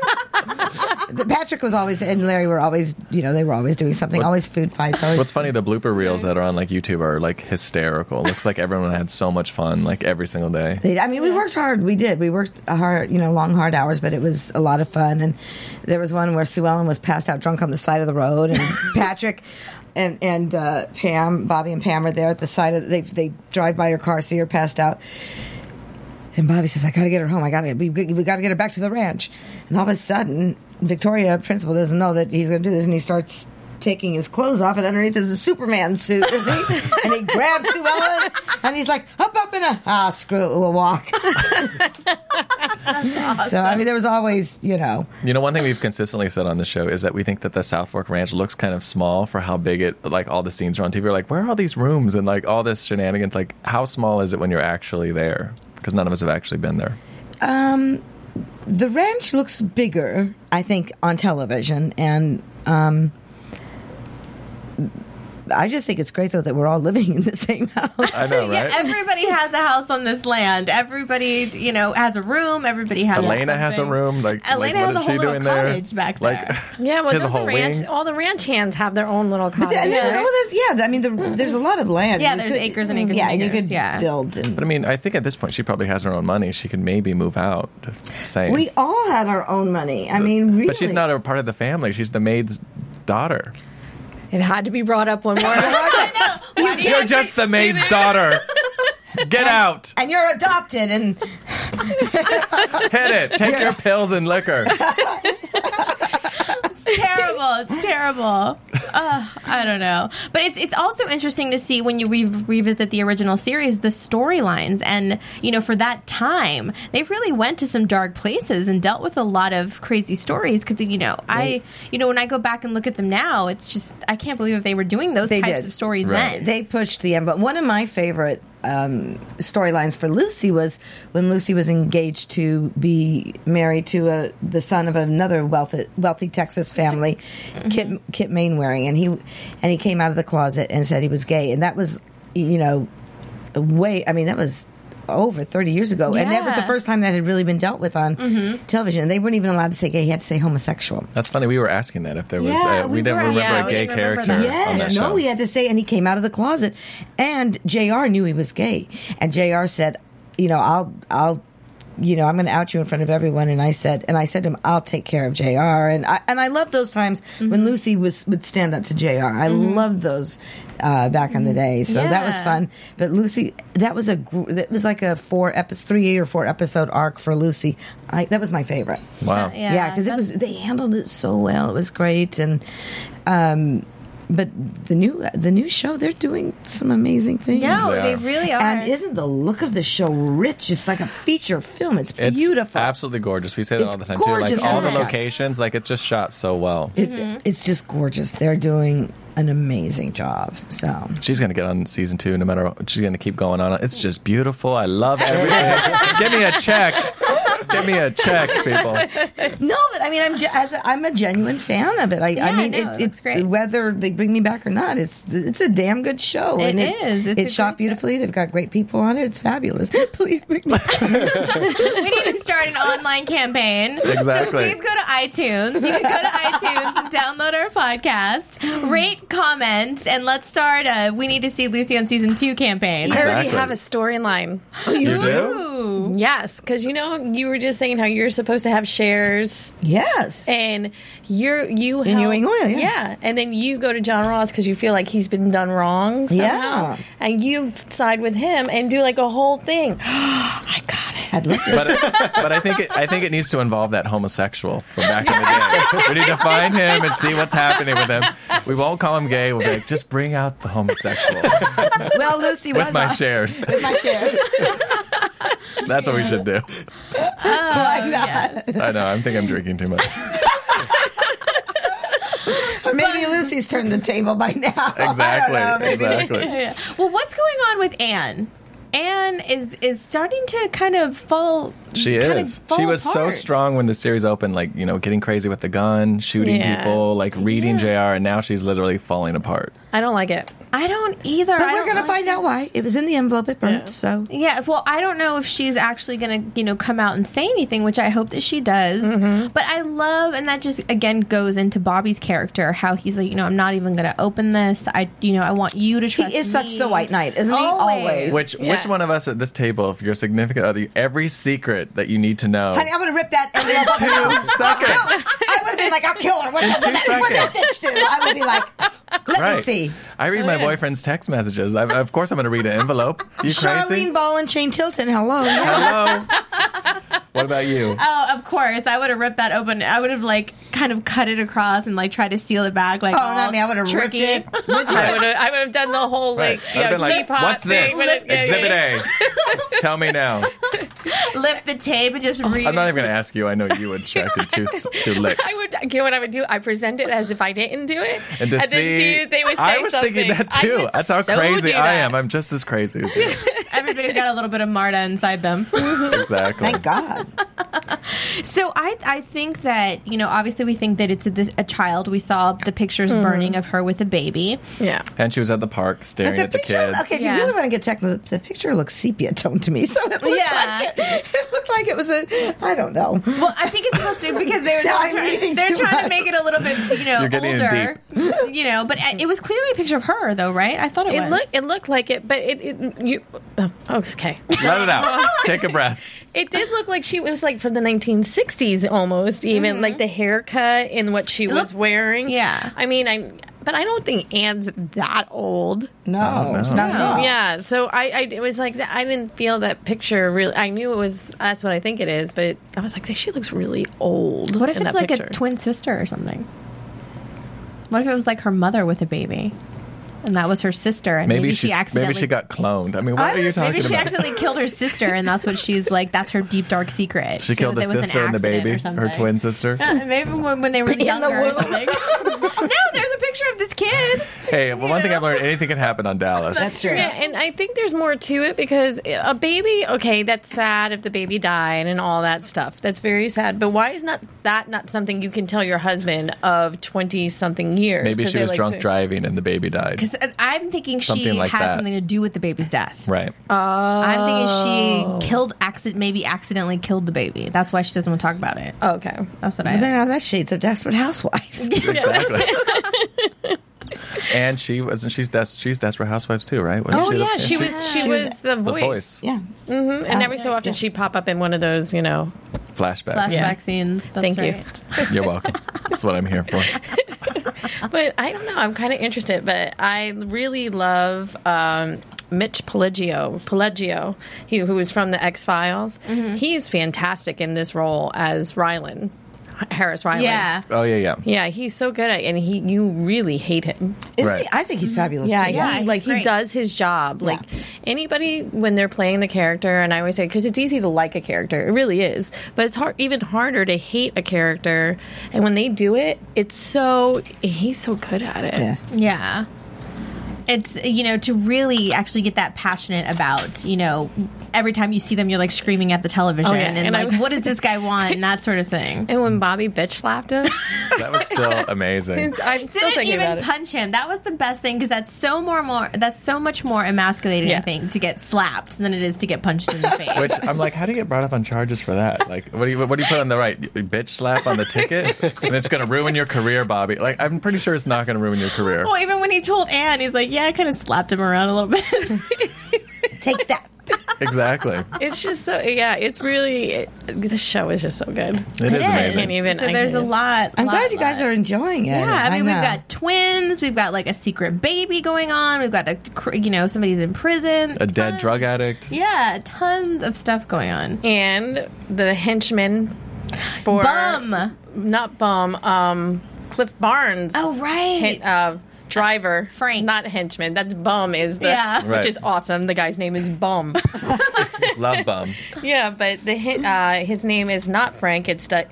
The- Patrick was always and Larry were always you know they were always doing something always food fights always
What's funny, the blooper reels that are on like YouTube are like hysterical. Looks like everyone had so much fun like every single day.
They- I mean we worked hard we did we worked a hard you know long hard hours but it was a lot of fun and there was one where Sue Ellen was passed out drunk on the side of the road and Patrick and and uh, Pam Bobby and Pam are there at the side of they they drive by her car see her passed out And Bobby says, "I got to get her home. I got to. We, we got to get her back to the ranch." And all of a sudden, Victoria Principal doesn't know that he's going to do this, and he starts taking his clothes off, and underneath is a Superman suit, and he, and he grabs Sue Ellen, and he's like, "Up, up, and a ah, screw it, we'll walk." So I mean, there was always, you know,
You know, one thing we've consistently said on the show is that we think that the South Fork Ranch looks kind of small for how big it, like all the scenes are on TV. We're like, where are all these rooms and like all this shenanigans? Like, how small is it when you're actually there? Because none of us have actually been there.
the ranch looks bigger, I think, on television, and um, I just think it's great though that we're all living in the same house.
I know,
Yeah,
right?
everybody has a house on this land. Everybody, you know, has a room. Everybody has.
Elena has a
something.
room. Like, like,
Elena has
what
a
is she
whole little
doing there?
cottage back
Like,
there.
Yeah, well,
she has a
don't the
whole
ranch,
wing.
all the ranch hands have their own little cottage.
Yeah, there's,
right?
oh, there's yeah. I mean, the, there's a lot of land.
Mm-hmm. Yeah,
You Mm,
there's acres and acres
Yeah,
and
you
acres,
could
yeah.
build. And,
But I mean, I think at this point she probably has her own money. She could maybe move out. Just saying.
we all had our own money. I mean, really.
But she's not a part of the family. She's the maid's daughter.
It had to be brought up one more.
You're just the maid's daughter. Get out.
And you're adopted, and
Hit it. Take your pills and liquor.
terrible. It's terrible. Ugh, I don't know. But it's it's also interesting to see when you re- revisit the original series, the storylines, and you know, for that time, they really went to some dark places and dealt with a lot of crazy stories. Because you know, I you know when I go back and look at them now, it's just I can't believe that they were doing those
They
types
did.
of stories
Right.
then.
they pushed the envelope. One of my favorite um, storylines for Lucy was when Lucy was engaged to be married to a, the son of another wealthy, wealthy Texas family, Kit, Kit Mainwaring, and he and he came out of the closet and said he was gay, and that was, you know, way. I mean, that was over 30 years ago and that was the
Yeah.
first time that had really been dealt with on television and they weren't even allowed to say gay he had to say homosexual
That's funny. We were asking that if there was.
Yeah,
uh, we,
we
didn't
were.
remember
Yeah,
a
we
gay
didn't remember
character.
that.
On that
Yes, no,
show.
we had to say, and he came out of the closet, and Jr. knew he was gay, and Jr. said, you know, I'll I'll you know, I'm going to out you in front of everyone. And I said, and I said to him, I'll take care of Jr. And I and I love those times when Lucy was would stand up to Jr. I loved those uh, back in the day, so that was
Yeah.
fun. But Lucy, that was a gr- that was like a four episode, three or four episode arc for Lucy. I that was my favorite.
Wow.
Yeah.
Yeah, because it
that's-
was they handled it so well. It was great, and um, but the new the new show they're doing some amazing things.
No,
They
they,
are.
really are.
And isn't the look of the show rich? It's like a feature film. It's
It's
beautiful.
absolutely gorgeous. We say that
It's
all the time too.
gorgeous,
Like all the
yeah.
locations, like it's just shot so well.
It, It's just gorgeous. They're doing an amazing job. So
She's gonna get on season two, no matter what. She's gonna keep going on. It's just beautiful. I love everything. Give me a check. Give me a check, people.
no, but I mean, I'm ge- as a, I'm a genuine fan of it. I, I
Yeah,
mean,
no, it
it's
looks great.
Whether they bring me back or not, it's it's a damn good show.
It
and
is.
It's,
It's
it's
a
shot
great show.
beautifully. They've got great people on it. It's fabulous. Please bring me.
we need to start an online campaign. So
Exactly.
please go to iTunes. You can go to iTunes and download our podcast, rate, comment, and let's start a We Need to See Lucy on Season 2 campaign.
I already
Exactly.
have a storyline.
You do?
Ooh.
Yes, because you know you were just saying how you're supposed to have shares
yes.
and you're you help,
Ewing Oil, yeah.
and then you go to John Ross because you feel like he's been done wrong somehow,
Yeah.
and you side with him and do like a whole thing. I got it.
I'd love to.
But, but I think it, I think it needs to involve that homosexual from back in the day. We need to find him and see what's happening with him. We won't call him gay. We'll be like, just bring out the homosexual
well, Lucy was
with my
on-
shares.
with my shares.
That's what we should do.
Why not?
I know. I think I'm drinking too much.
Or maybe Lucy's turned the table by now. I don't know,
Exactly.
maybe.
Exactly.
Yeah. Well, what's going on with Anne? Anne is is starting to kind of fall.
She
kind
is.
Of fall
She was so
apart.
strong when the series opened, like, you know, getting crazy with the gun, shooting
Yeah.
people, like reading JR, and now she's literally falling apart.
I don't like it.
I don't either.
But
I
we're
don't
going to
like
find
it.
out why. It was in the envelope. It burnt. So
Yeah, well, I don't know if she's actually going to, you know, come out and say anything, which I hope that she does.
Mm-hmm.
But I love, and that just again goes into Bobby's character, how he's like, you know, I'm not even going to open this. I, you know, I want you to trust.
he is such
me."
the white knight, isn't he?
Always.
Always.
Which which
Yeah.
one of us at this table, if your significant other, every secret that you need to know
Honey, I'm going to rip that envelope up.
two seconds.
I would have been like, I'll kill her. What's
two
what that, what that bitch do? I would be like, let me
Right.
see.
I read my boyfriend's text messages. I, of course, I'm going to read an envelope. You crazy?
Charlene Ball and Shane Tilton. Hello.
Hello. what about you?
Oh, of course. I would have ripped that open. I would have like kind of cut it across and like tried to seal it back. Like,
Oh, not me. I would have ripped
tricky.
it.
I would have I would have done the whole like
Right.
you
I've
know,
been like,
teapot
what's this?
thing, but it-
Exhibit
yeah,
A. Tell me now.
lift the tape and just read.
I'm not
it.
even going to ask you. I know you would check it two, two licks.
I would. You know what I would do? I present it as if I didn't do it,
and to
then
see,
see if they would say
I was
something.
thinking that
I
too.
would
That's how
so
crazy
do
I
that.
am. I'm just as crazy as you.
Everybody's got a little bit of Marta inside them.
exactly.
Thank God.
So I I think that you know obviously we think that it's a, this, a child. We saw the pictures burning of her with a baby.
Yeah.
And she was at the park staring
But the
at the
picture,
kids.
okay, if
Yeah.
you really want to get technical, the picture looks sepia toned to me. So it looked,
Yeah.
like it, it looked like it was a, I don't know.
Well, I think it's supposed to because they were
Now
all
I'm
trying,
reading
they're
too
trying to
much.
make it a little bit you know
You're getting in
older. You know, but it was clearly a picture of her though, right? I thought it,
It
was.
looked. It looked like it, but it. it you. Oh, okay.
Let it out. Take a breath.
It did look like she was like from the 1960s almost, even like the haircut and what she was
Mm-hmm. looked-
wearing.
yeah.
I mean, I. But I don't think Anne's that old.
No, it's not at
Oh.
all.
Yeah. So I, I. It was like that- I didn't feel that picture really. I knew it was. That's what I think it is. But I was like, she looks really old.
what if
in
it's
that
like
picture.
a twin sister or something? What if it was like her mother with a baby, and that was her sister, and
Maybe,
maybe,
she's,
she accidentally
maybe she got cloned. I mean, what
I
are you
was-
talking
Maybe she
about?
accidentally killed her sister, and that's what she's like. That's her deep dark secret.
she killed the
there was an
sister and the
accident
baby,
or
her
something.
twin sister.
Maybe when, when they were
the
younger or
womb.
something. no, there's a picture of this kid.
Hey, well, one thing I've learned: anything can happen on Dallas.
That's true.
Yeah, and I think there's more to it because a baby, okay, that's sad if the baby died and all that stuff. That's very sad. But why is not that not something you can tell your husband of twenty something years?
Maybe
'Cause
she
they
was
like
drunk
to-
driving and the baby died.
Because I'm thinking she
Something like
had
that.
something to do with the baby's death.
Right.
I'm thinking she killed, acci- maybe accidentally killed the baby. That's why she doesn't want to talk about it.
Okay.
That's what
But
I.
then now that's shades of Desperate Housewives.
exactly. and she was, and she's des- she's desperate housewives too, right? Wasn't
Oh
the-
yeah,
and
she was she was
the
the voice,
voice.
Yeah.
Mm-hmm.
and every so often she'd pop up in one of those, you know.
Flashback.
Flash
Yeah.
vaccines. That's
Thank you.
right.
You're welcome. That's what I'm here for.
But I don't know. I'm kind of interested, but I really love um, Mitch Pelagio. Pelagio, he, who was from the X Files.
Mm-hmm.
He's fantastic in this role as Rylan Harris Rylan.
Yeah.
Oh yeah, yeah.
Yeah, he's so good at, and he you really hate him.
Isn't
Right.
he? I think he's fabulous.
Yeah,
too.
yeah.
Yeah, he's
like he
great.
does his job. Like anybody when they're playing the character, and I always say because it's easy to like a character, it really is, but it's hard, even harder to hate a character. And when they do it, it's so he's so good at it.
Yeah.
Yeah. It's, you know, to really actually get that passionate about, you know, every time you see them, you're like screaming at the television
yeah.
Oh, and,
And I-
like, what does this guy want? And that sort of thing.
And when Bobby bitch slapped him,
That was still amazing.
it's- I'm still
Didn't
thinking
even
about it.
punch him. That was the best thing because that's so more more that's so much more emasculating
Yeah.
I think to get slapped than it is to get punched in the face.
Which I'm like, how do you get brought up on charges for that? Like, what do you what do you put on the right? You Bitch slap on the ticket, and it's going to ruin your career, Bobby. Like, I'm pretty sure it's not going to ruin your career.
well, even when he told Anne, he's like, "Yeah, I kind of slapped him around a little bit."
Take that.
Exactly.
It's just so yeah. It's really it, the show is just so good.
It is
Yeah,
Can't
amazing.
even-
so
I
there's a
can't-
lot.
I'm
lot,
glad you guys
lot.
are enjoying it.
Yeah, I mean, we've
know.
got twins. We've got like a secret baby going on. We've got the, cr- you know, somebody's in prison.
A dead
Tons-
drug addict.
Yeah, tons of stuff going on.
And the henchman for
Bum.
not bum, um, Cliff Barnes.
Oh, right.
Hen- uh, driver
Frank.
not henchman. That's bum is the
Yeah.
which
Right.
is awesome. The guy's name is bum.
Love bum.
yeah, but the hen- uh, his name is not Frank. It's uh,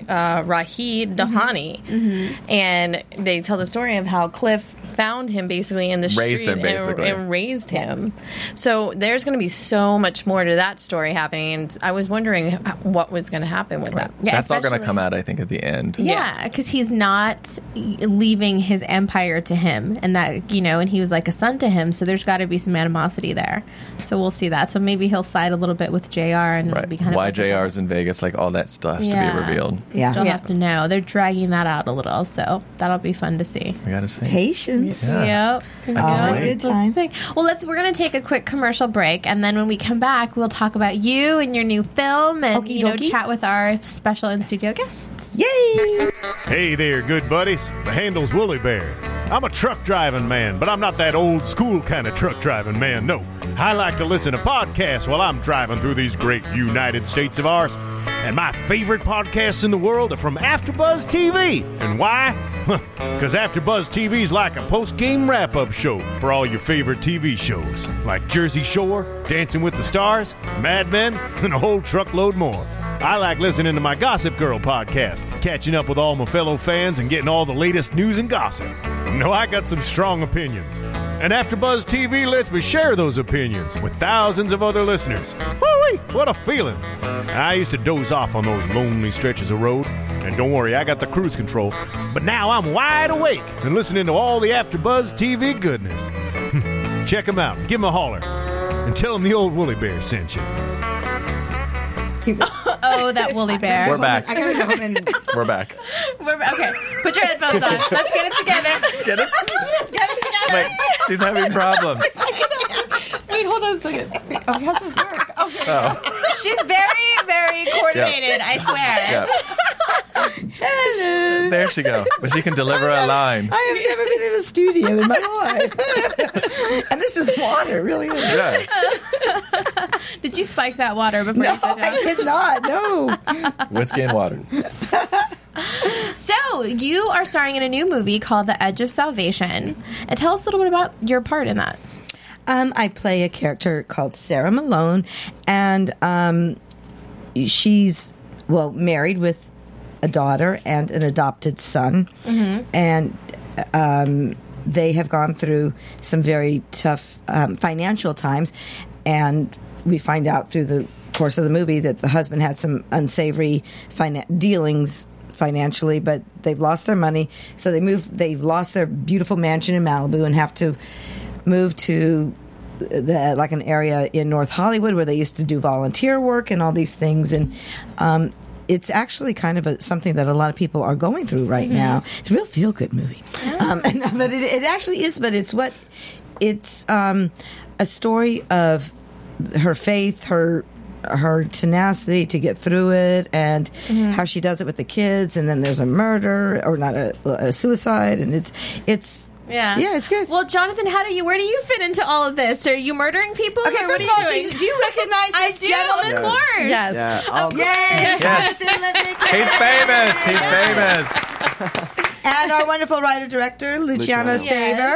Rahid
Mm-hmm.
Dahani, and they tell the story of how Cliff found him basically in the
Raised
street
him,
and-
basically.
and raised him. So there's going to be so much more to that story happening. And I was wondering h- what was going to happen with that.
Yeah,
That's all going to
especially-
come out, I think, at the end.
Yeah, because he's not leaving his empire to him, and that you know, and he was like a son to him. So there's got to be some animosity there. So we'll see that. So maybe he'll side a little bit with Jr. and it'll
Right.
be kind of
Why
like a double-
JR's in Vegas? Like, all that stuff has to
Yeah.
be revealed.
Yeah.
Still
Yeah.
have to know. They're dragging that out a little, so that'll be fun to see.
We got to see.
patience.
Yeah.
Yep. Yeah.
wait.
Good time.
Thing. Well, let's. We're gonna take a quick commercial break, and then when we come back, we'll talk about you and your new film, and
Okie
you know,
dokie.
chat with our special in studio guest.
Yay!
Hey there, good buddies. The handle's Woolly Bear. I'm a truck driving man, but I'm not that old school kind of truck driving man. No, I like to listen to podcasts while I'm driving through these great United States of ours. And my favorite podcasts in the world are from AfterBuzz TV. And why? Because AfterBuzz TV is like a post-game wrap-up show for all your favorite TV shows, like Jersey Shore, Dancing with the Stars, Mad Men, and a whole truckload more. I like listening to my Gossip Girl podcast, catching up with all my fellow fans and getting all the latest news and gossip. You know, I got some strong opinions. And AfterBuzz TV lets me share those opinions with thousands of other listeners. Woo-wee, what a feeling! I used to doze off on those lonely stretches of road. And don't worry, I got the cruise control. But now I'm wide awake and listening to all the AfterBuzz TV goodness. Check them out. Give them a holler. And tell them the old woolly bear sent you.
Oh, that woolly bear.
We're back.
I gotta go home and
We're back.
We're, okay, put your headphones on. Let's get it together.
Get it?
Get it together.
Wait, she's having problems.
Wait, hold on a second. Oh, how's this work? Okay.
She's very, very coordinated. I swear.
Yeah. There she go. But she can deliver a line.
I have never been in a studio in my life. and this is water, really. is.
Yeah.
Did you spike that water before
No,
you sat down?
I did not. No.
Whiskey and water.
So you are starring in a new movie called The Edge of Salvation, and tell us a little bit about your part in that.
Um, I play a character called Sarah Malone, and um, she's well married with a daughter and an adopted son, and um, they have gone through some very tough um, financial times, and we find out through the course of the movie that the husband had some unsavory finan- dealings financially, but they've lost their money, so they move. They've lost their beautiful mansion in Malibu and have to move to the, like an area in North Hollywood where they used to do volunteer work and all these things, and um, it's actually kind of a, something that a lot of people are going through right
Mm-hmm.
Mhm.
now. It's a real feel good movie, um, and, but it, it actually is. But it's what it's um, a story of her faith, her her tenacity to get through it, and
Mm-hmm.
Mhm.
how she does it with the kids. And then there's a murder, or not a, a suicide, and it's it's
Yeah.
yeah it's good.
Well, Jonathan, how do you? Where do you fit into all of this? Are you murdering people?
Okay,
or
first
what are
of all, do
doing?
you- do you recognize
I
this
do,
gentleman?
Of course.
Yes.
Oh, Yeah.
Of course. Yay,
Yes.
Jonathan Levy.
He's famous. He's famous.
and our wonderful writer director Luciano
Luciano.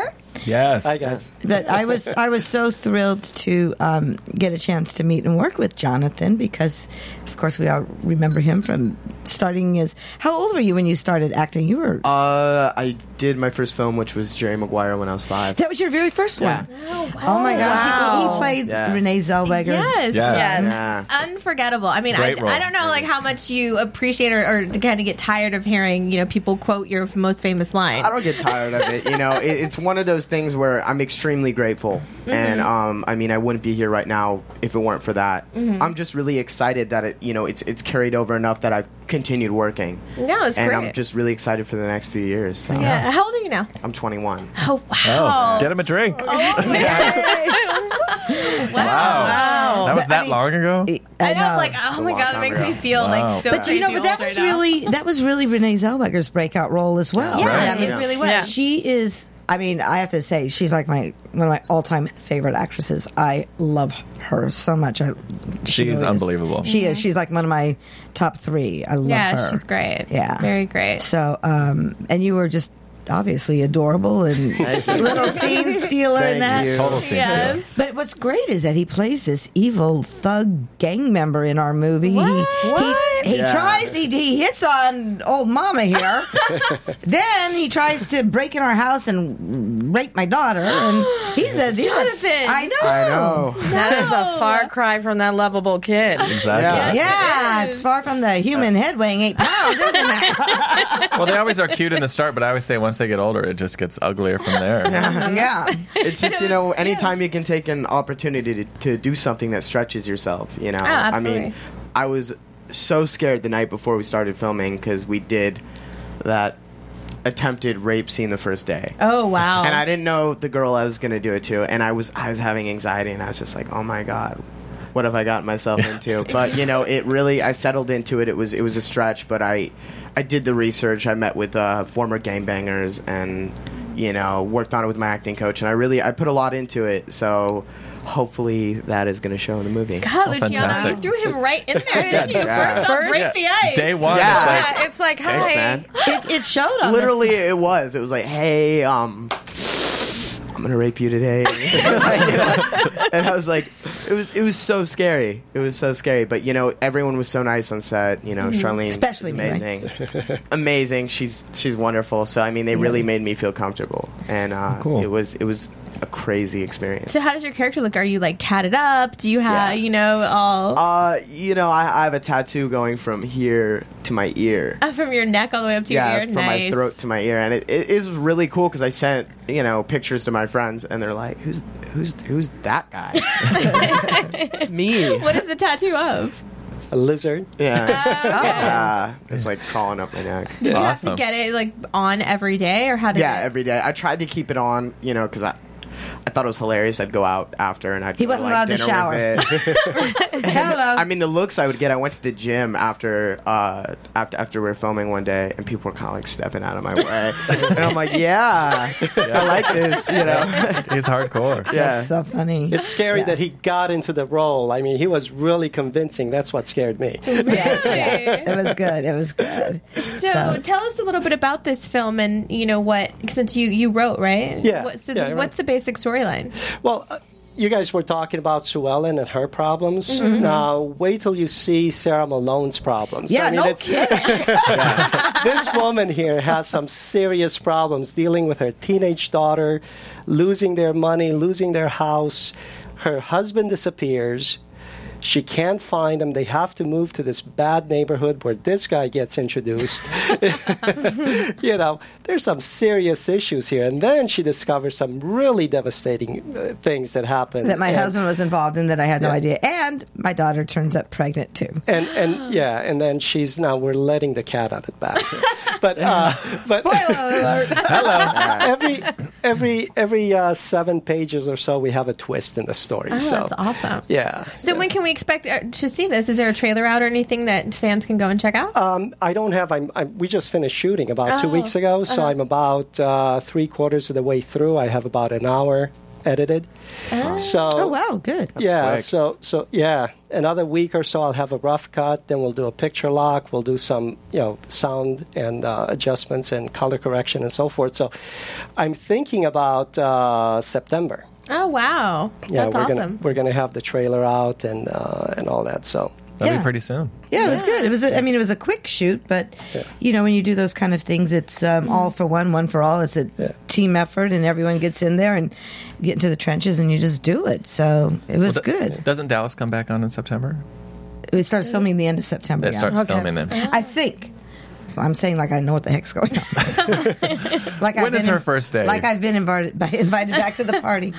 Saber.
Yes.
I
got
But I was I was so thrilled to um, get a chance to meet and work with Jonathan because, of course, we all remember him from starting his. How old were you when you started acting? You were
Uh, I did my first film, which was Jerry Maguire when I was five.
that was your very first
Yeah.
one. Oh my gosh! He- He,
Wow.
played
Yeah.
Renee Zellweger.
Yes, yes,
Yeah.
unforgettable. I mean, I,
Great role.
I don't know like how much you appreciate or, or kind of get tired of hearing you know people quote your f- most famous line.
I don't get tired of it. You know, it, it's one of those things where I'm extremely grateful, and
Mhm.
um, I mean, I wouldn't be here right now if it weren't for that.
Mhm.
I'm just really excited that it, you know, it's it's carried over enough that I've continued working.
No, it's
and I'm
great.
just really excited for the next few years. so.
yeah. How old are you now?
I'm 21.
Oh wow!
Get him a drink.
wow.
Wow. That was
But, I
that
mean,
long ago?
I know,
like, oh my God, it makes me feel like so
But you know,
crazy
but
old
that was
right now.
really that was really Renee Zellweger's breakout role as well.
Yeah, Right.
I mean,
it really was. Yeah.
She is. I mean, I have to say, she's like my one of my all time favorite actresses. I love her so much. I,
She is unbelievable.
She is. She's like one of my top three. I love
Mm-hmm. Yeah,
her.
she's great.
Yeah,
very great.
So, um, and you were just obviously adorable and little scene stealer in that.
Total scene stealer.
But what's great is that he plays this evil thug gang member in our movie. He, he, he
Yeah.
tries, he, he hits on old mama here. then he tries to break in our house and rape my daughter. And he's a he's a-
Jonathan!
I know.
I know. That is a far
cry from that lovable kid.
Exactly.
Yeah, it's far from the human head weighing eight pounds, isn't it?
Well, they always are cute in the start, but I always say once they get older, it just gets uglier from there.
yeah.
It's just, you know, anytime you can take an opportunity to, to do something that stretches yourself, you know.
Oh,
I
absolutely.
mean, I was so scared the night before we started filming because we did that attempted rape scene the first day.
Oh wow!
And I didn't know the girl I was going to do it to, and I was I was having anxiety, and I was just like, oh my god, what have I gotten myself into? But you know, it really I settled into it. It was it was a stretch, but I I did the research. I met with uh, former gangbangers, and you know, worked on it with my acting coach, and I really I put a lot into it. So hopefully that is going to show in the movie.
God, Luciano, you threw him right in there.
Yeah,
didn't you?
yeah.
First off,
First-
break the ice.
Day one, it's Yeah. like,
Yeah, it's like,
Thanks,
hi.
man.
It, it showed on this-
Literally, it was. It was like, hey, um, I'm gonna rape you today, and I was like, it was it was so scary. It was so scary. But you know, everyone was so nice on set. You know,
Mhm.
Charlene,
Especially
is
me, right?
amazing, amazing. She's she's wonderful. So I mean, they really made me feel comfortable, and uh, it was it was a crazy experience.
So, how does your character look? Are you like tatted up? Do you have, you know, all
Uh, you know, I, I have a tattoo going from here to my ear.
uh, from your neck all the way up to
yeah,
your ear?
from
nice.
my throat to my ear, and it, it is really cool because I sent you know pictures to my friends, and they're like, "Who's who's who's that guy?" it's me.
What is the tattoo of?
A lizard. Yeah.
Oh.
Yeah. it's like crawling up my neck.
Did you have to get it like on every day, or how did?
Yeah, every day. I tried to keep it on, you know, because I. I thought it was hilarious. I'd go out after, and I'd
He
go
wasn't
like,
allowed to shower.
dinner with it. I mean, the looks I would get. I went to the gym after uh, after after we were filming one day, and people were kind of like stepping out of my way, and I'm like, yeah, I like this, you know.
He's hardcore.
Yeah.
so funny.
It's scary that he got into the role. I mean, he was really convincing. That's what scared me.
It was good. It was good.
So, tell us a little bit about this film, and you know what? Since you you wrote, right?
Yeah,
What, so
yeah, I
this-
wrote.
what's the basic storyline?
Well, uh, you guys were talking about Sue Ellen and her problems.
Mhm.
Now, wait till you see Sarah Malone's problems.
Yeah, no
Yeah. This woman here has some serious problems dealing with her teenage daughter, losing their money, losing their house. Her husband disappears.
She can't find them. They have to move to this bad neighborhood where this guy gets introduced. you know, there's some serious issues here. And then she discovers some really devastating uh, things that happen.
that my
And-
husband was involved in that I had no
Yeah.
idea. And my daughter turns up pregnant too.
and and yeah, and then she's now we're letting the cat out of the bag. But uh, but
Oh,
Hello.
every every every uh, seven pages or so, we have a twist in the story.
Oh,
so
that's awesome.
Yeah.
So when can we expect uh, to see this? Is there a trailer out or anything that fans can go and check out?
Um, I don't have. I'm, I'm, we just finished shooting about two
Oh,
weeks ago, so
uh-huh.
I'm about uh, three quarters of the way through. I have about an hour edited. So
Oh, wow, good.
yeah.
quick.
So so yeah, another week or so, I'll have a rough cut. Then we'll do a picture lock. We'll do some you know sound and uh, adjustments and color correction and so forth. So I'm thinking about uh, September.
Oh wow,
Yeah,
that's
we're
awesome.
gonna we're gonna have the trailer out and uh, and all that. So
That'll be pretty soon.
Yeah, it was good. It was. A, I mean, it was a quick shoot, but you know, when you do those kind of things, it's
Mm.
um, all for one, one for all. It's a team effort, and everyone gets in there and get into the trenches, and you just do it. So it was
Well, d-
good.
Doesn't Dallas come back on in September?
It starts filming the end of September.
It
yeah.
starts Okay. filming then.
I think. I'm saying like I know what the heck's going on. like
When
been
is her
in-
first day?
Like I've been invited invited back to the party.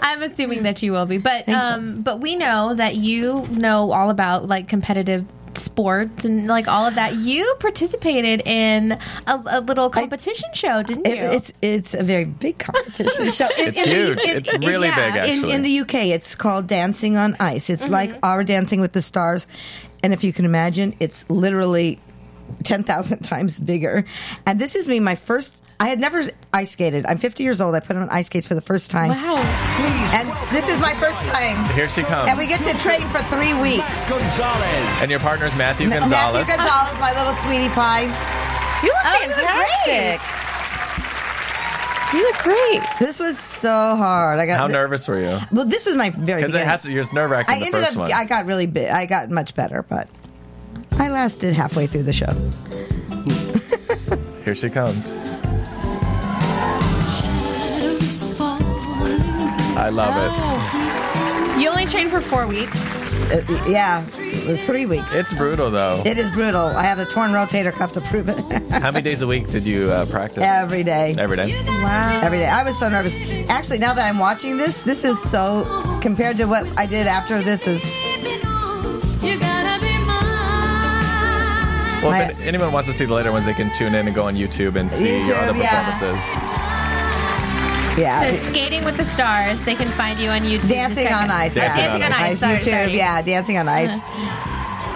I'm assuming that you will be, but um, but we know that you know all about like competitive sports and like all of that. You participated in a, a little competition show, didn't you?
It- it's it's a very big competition show.
It's huge. It's really big,
In,
actually.
in the UK, it's called Dancing on Ice. It's like our Dancing with the Stars, and if you can imagine, it's literally ten thousand times bigger. And this is me, my first. I had never ice skated. I'm 50 years old. I put on ice skates for the first time.
Wow!
And this is my first time.
Here she comes.
And we get to train for three weeks.
And your partner's Matthew
Ma-
Gonzalez.
Matthew Gonzalez, my little sweetie pie.
You
Oh,
look
fantastic.
You look great.
This was so hard. I got
How nervous were you?
Well, this was my very
Because it
beginning.
has to, it's nerve
I
wracking the
ended
first
up.
one.
I got really big. I got much better, but I lasted halfway through the show.
Here she comes. I love
Oh.
it.
You only trained for four weeks.
Uh, yeah, it was three weeks.
It's brutal though.
It is brutal. I have a torn rotator cuff to prove it.
How many days a week did you uh, practice?
Every day.
Every day.
Wow.
Every day. I was so nervous. Actually, now that I'm watching this, this is so compared to what I did after this is
Well,
My-
if an- anyone wants to see the later ones, they can tune in and go on YouTube and see all the
YouTube, yeah.
performances.
yeah.
So skating with the stars. They can find you on YouTube.
Dancing
Just check
on
it.
ice.
Dancing,
yeah.
on ice. sorry,
YouTube.
sorry. Uh-huh.
Yeah, dancing on ice.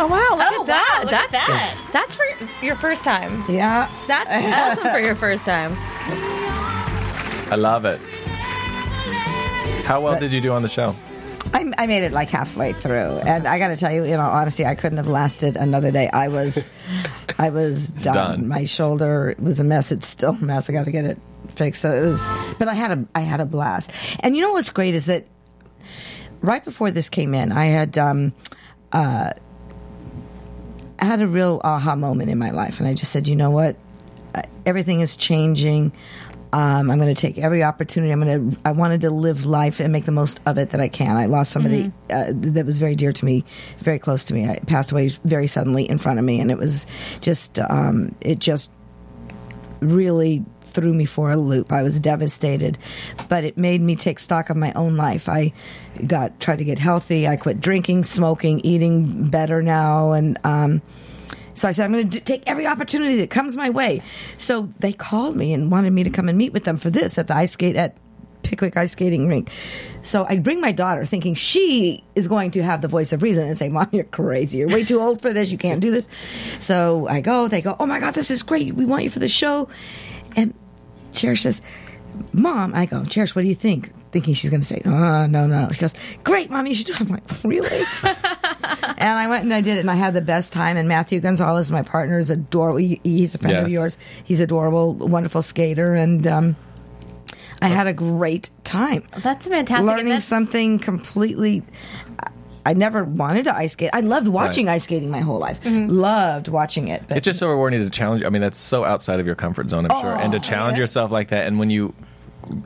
Oh wow! Look
Oh,
at that.
wow, look at
that's that's for your first time.
Yeah.
That's awesome for your first time.
I love it. How well did you do on the show?
I, I made it like halfway through, and I got to tell you, in all honesty, I couldn't have lasted another day. I was, I was done.
Done.
My shoulder was a mess. It's still a mess. I got to get it fixed. So it was, but I had a, I had a blast. And you know what's great is that right before this came in, I had, um, uh, I had a real aha moment in my life, and I just said, you know what, Uh, everything is changing. Um, I'm going to take every opportunity. I'm going to. I wanted to live life and make the most of it that I can. I lost somebody uh, that was very dear to me, very close to me. I passed away very suddenly in front of me, and it was just. Um, it just really threw me for a loop. I was devastated, but it made me take stock of my own life. I got tried to get healthy. I quit drinking, smoking, eating better now, and um, so I said I'm going to take every opportunity that comes my way. So they called me and wanted me to come and meet with them for this at the ice skate at Pickwick ice skating rink. So I bring my daughter thinking she is going to have the voice of reason and say, Mom, you're crazy. You're way too old for this. You can't do this. So I go, they go, Oh my God, this is great. We want you for the show. And Cherish says, Mom, I go, Cherish, what do you think? Thinking she's going to say, Oh, no, no. She goes, Great, Mom, you should do it. I'm like, Really? and I went and I did it, and I had the best time. And Matthew Gonzalez, my partner, is adorable. He- He's a friend of
Yes.
yours. He's adorable, wonderful skater, and um, I had a great time
That's fantastic. and
learning
that's-
something completely. I- I never wanted to ice skate. I loved watching ice skating my whole life. Loved watching it. But
It's Oh, just so rewarding to challenge. I mean, that's so outside of your comfort zone, I'm sure. And to challenge yourself like that, and when you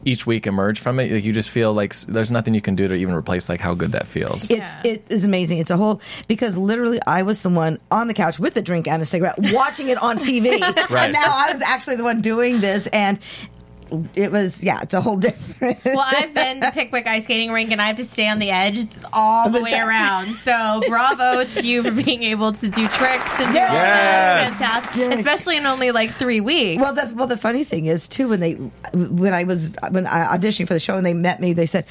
each week emerge from it, like, you just feel like s- there's nothing you can do to even replace like how good that feels.
It's it is amazing. It's a whole because literally I was the one on the couch with a drink and a cigarette watching it on TV.
Right.
And now I was actually the one doing this and it was yeah, it's a whole different
well, I've been to Pickwick ice skating rink, and I have to stay on the edge all the way around. So, bravo to you for being able to do tricks and do all that. It's
Yes.
fantastic, especially in only like three weeks.
Well, the well the funny thing is too when they when I was when I auditioning for the show and they met me, they said.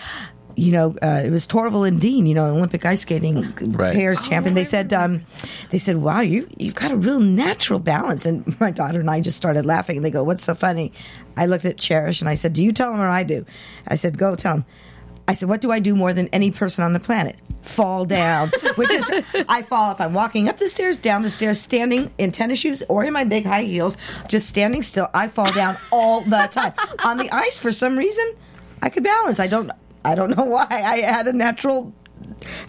You know, uh, it was Torval and Dean. You know, Olympic ice skating
Right.
pairs
Oh,
champion. They said, um, they said, "Wow, you you've got a real natural balance." And my daughter and I just started laughing. And they go, "What's so funny?" I looked at Cherish and I said, "Do you tell him or I do?" I said, "Go tell him." I said, "What do I do more than any person on the planet? Fall down." Which is, I fall if I'm walking up the stairs, down the stairs, standing in tennis shoes or in my big high heels, just standing still. I fall down all the time on the ice. For some reason, I could balance. I don't. I don't know why. I had a natural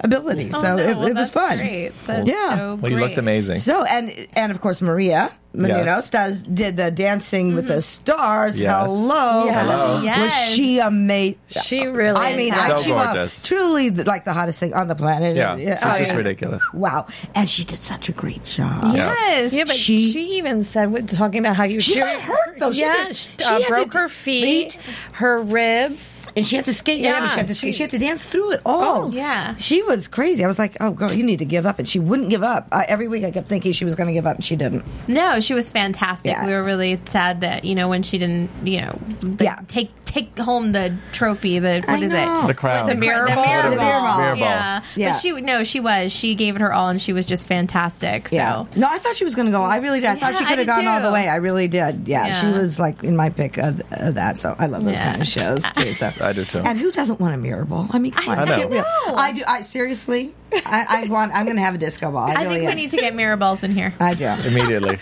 ability,
Oh,
so
no.
it,
Well,
it
that's
was fun.
great. That's
yeah.
so
Well, you looked great. amazing.
So and and of course Maria Menounos
Yes.
does did the Dancing with the Stars.
Yes.
Hello,
Yes. Hello.
Was
Yes.
she amazing?
She really
I mean,
is.
I,
So
she was
gorgeous.
truly the- like the hottest thing on the planet.
Oh, Yeah,
And-
it's just ridiculous.
Wow, and she did such a great job.
Yes. Yeah, but she, even said what- talking about how you
She
she
got hurt, though. She
yeah,
did.
she,
She
uh,
had to
broke her
d-
feet, her ribs,
and she had to skate. Yeah, but she had to she, had to dance through it all.
Oh, yeah.
she was crazy. I was like, "Oh, girl, you need to give up," and she wouldn't give up. I, every week, I kept thinking she was going to give up, and she didn't.
No, she was fantastic. We were really sad that you know when she didn't, you know, the- take take home the trophy. The what
I
is
know.
it?
The crown.
The mirror
The
ball.
mirror The mirror ball. ball.
Yeah.
Yeah.
but she no, she was. She gave it her all, and she was just fantastic. So.
Yeah. No, I thought she was going to go. I really did. I thought
Yeah,
she
I
could
did
have gone all
too.
the way. I really did. Yeah, She
Yeah.
was like in my pick of, of that. So I love those
Yeah.
kind of shows too. So.
I do too.
And who doesn't want a mirror ball? I mean, come on,
I know.
get real. I do. I seriously, I, I want. I'm going to have a disco ball. I,
I,
really
think we
am.
need to get mirror balls in here.
I do.
Immediately.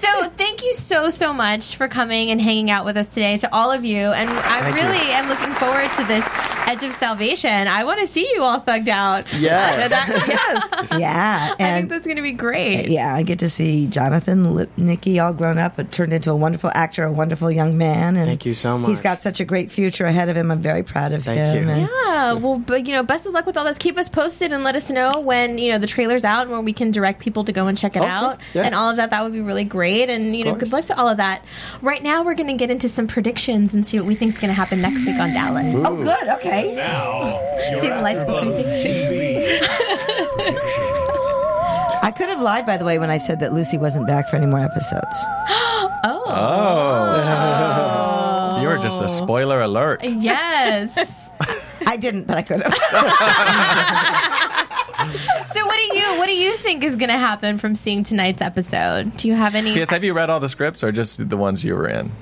so thank you so so much for coming and hanging out with us today to all of you and i
Thank you.
really am looking forward to this edge of salvation i want to see you all thugged out
Yeah.
Uh, that- yes
Yeah,
i think
and-
that's gonna be great
Yeah, I get to see Jonathan Lipnicki all grown up, but turned into a wonderful actor, a wonderful young man. And
Thank you so much.
He's got such a great future ahead of him. I'm very proud of him. and-
yeah well but you know best of luck with all this keep us posted and let us know when you know the trailer's out and where we can direct people to go and check it
Okay,
out
yeah.
and all of that that would be really great and you know
course.
good luck to all of that right now we're gonna get into some predictions and see what we think's gonna happen next week on dallas
Oh, good. Okay.
See, lights go
I could have lied, by the way, when I said that Lucy wasn't back for any more episodes.
oh.
Oh. You were just a spoiler alert.
Yes.
I didn't, but I could have.
so what do you what do you think is going to happen from seeing tonight's episode? Do you have any
Yes, have you read all the scripts or just the ones you were in?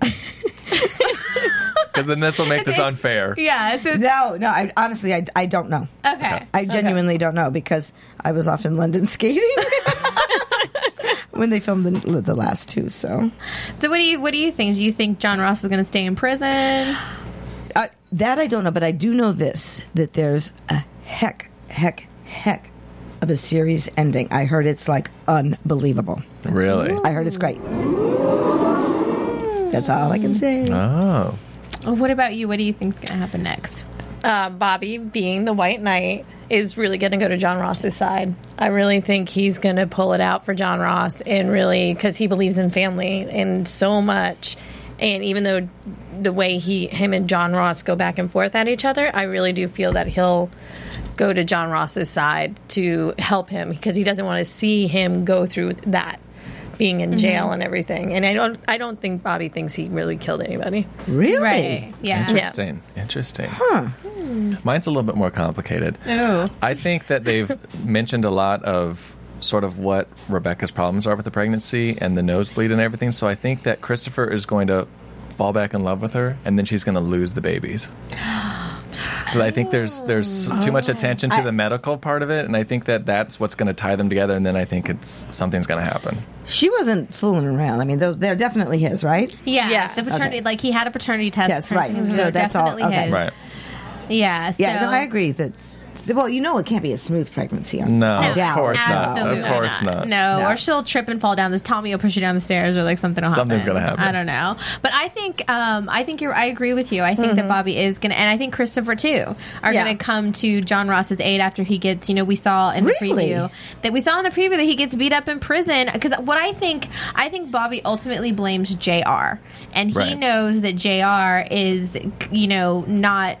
Because then this will make this unfair.
Yeah.
no, no. I, honestly, I, I don't know.
Okay.
I genuinely don't know because I was off in London skating when they filmed the, the last two. So
So what do you what do you think? Do you think John Ross is going to stay in prison?
uh, that I don't know, but I do know this: that there's a heck, heck, heck of a series ending. I heard it's like unbelievable.
Really?
I heard it's great. That's all I can say.
Oh.
Or what about you? What do you think's going to happen next?
uh, Bobby being the White Knight is really going to go to John Ross's side. I really think he's going to pull it out for John Ross and really because he believes in family and so much. And even though the way he, him and John Ross go back and forth at each other, I really do feel that he'll go to John Ross's side to help him because he doesn't want to see him go through that being in jail
Mhm.
and everything. And I don't, I don't think Bobby thinks he really killed anybody.
Really?
Right. Yeah.
Interesting. Interesting. Huh. Mine's a little bit more complicated.
Oh.
I think that they've mentioned a lot of sort of what Rebecca's problems are with the pregnancy and the nosebleed and everything. So I think that Christopher is going to fall back in love with her and then she's going to lose the babies. But I think there's there's too
Oh.
much attention to the medical part of it and I think that that's what's going to tie them together and then I think it's something's going to happen.
She wasn't fooling around. I mean, those, they're definitely his, right?
Yeah. The paternity
Okay.
like he had a paternity test.
Yes, right.
Mhm.
So that's all.
Definitely
Okay.
his. Yeah. So
Yeah, no, I agree that Well, you know it can't be a smooth pregnancy. on-
No,
on
of
doubt.
course not. Of
Absolutely
course not.
No,
No.
or she'll trip and fall down. This Tommy will push her down the stairs, or like something will happen.
Something's gonna happen.
I don't know, but I think um, I think you're. I agree with you. I think that Bobby is gonna, and I think Christopher too are
Mm-hmm. Yeah.
gonna come to John Ross's aid after he gets. You know, we saw in the
Really?
preview that we saw in the preview that he gets beat up in prison because what I think I think Bobby ultimately blames Jr. and he
Right.
knows that Jr. is you know not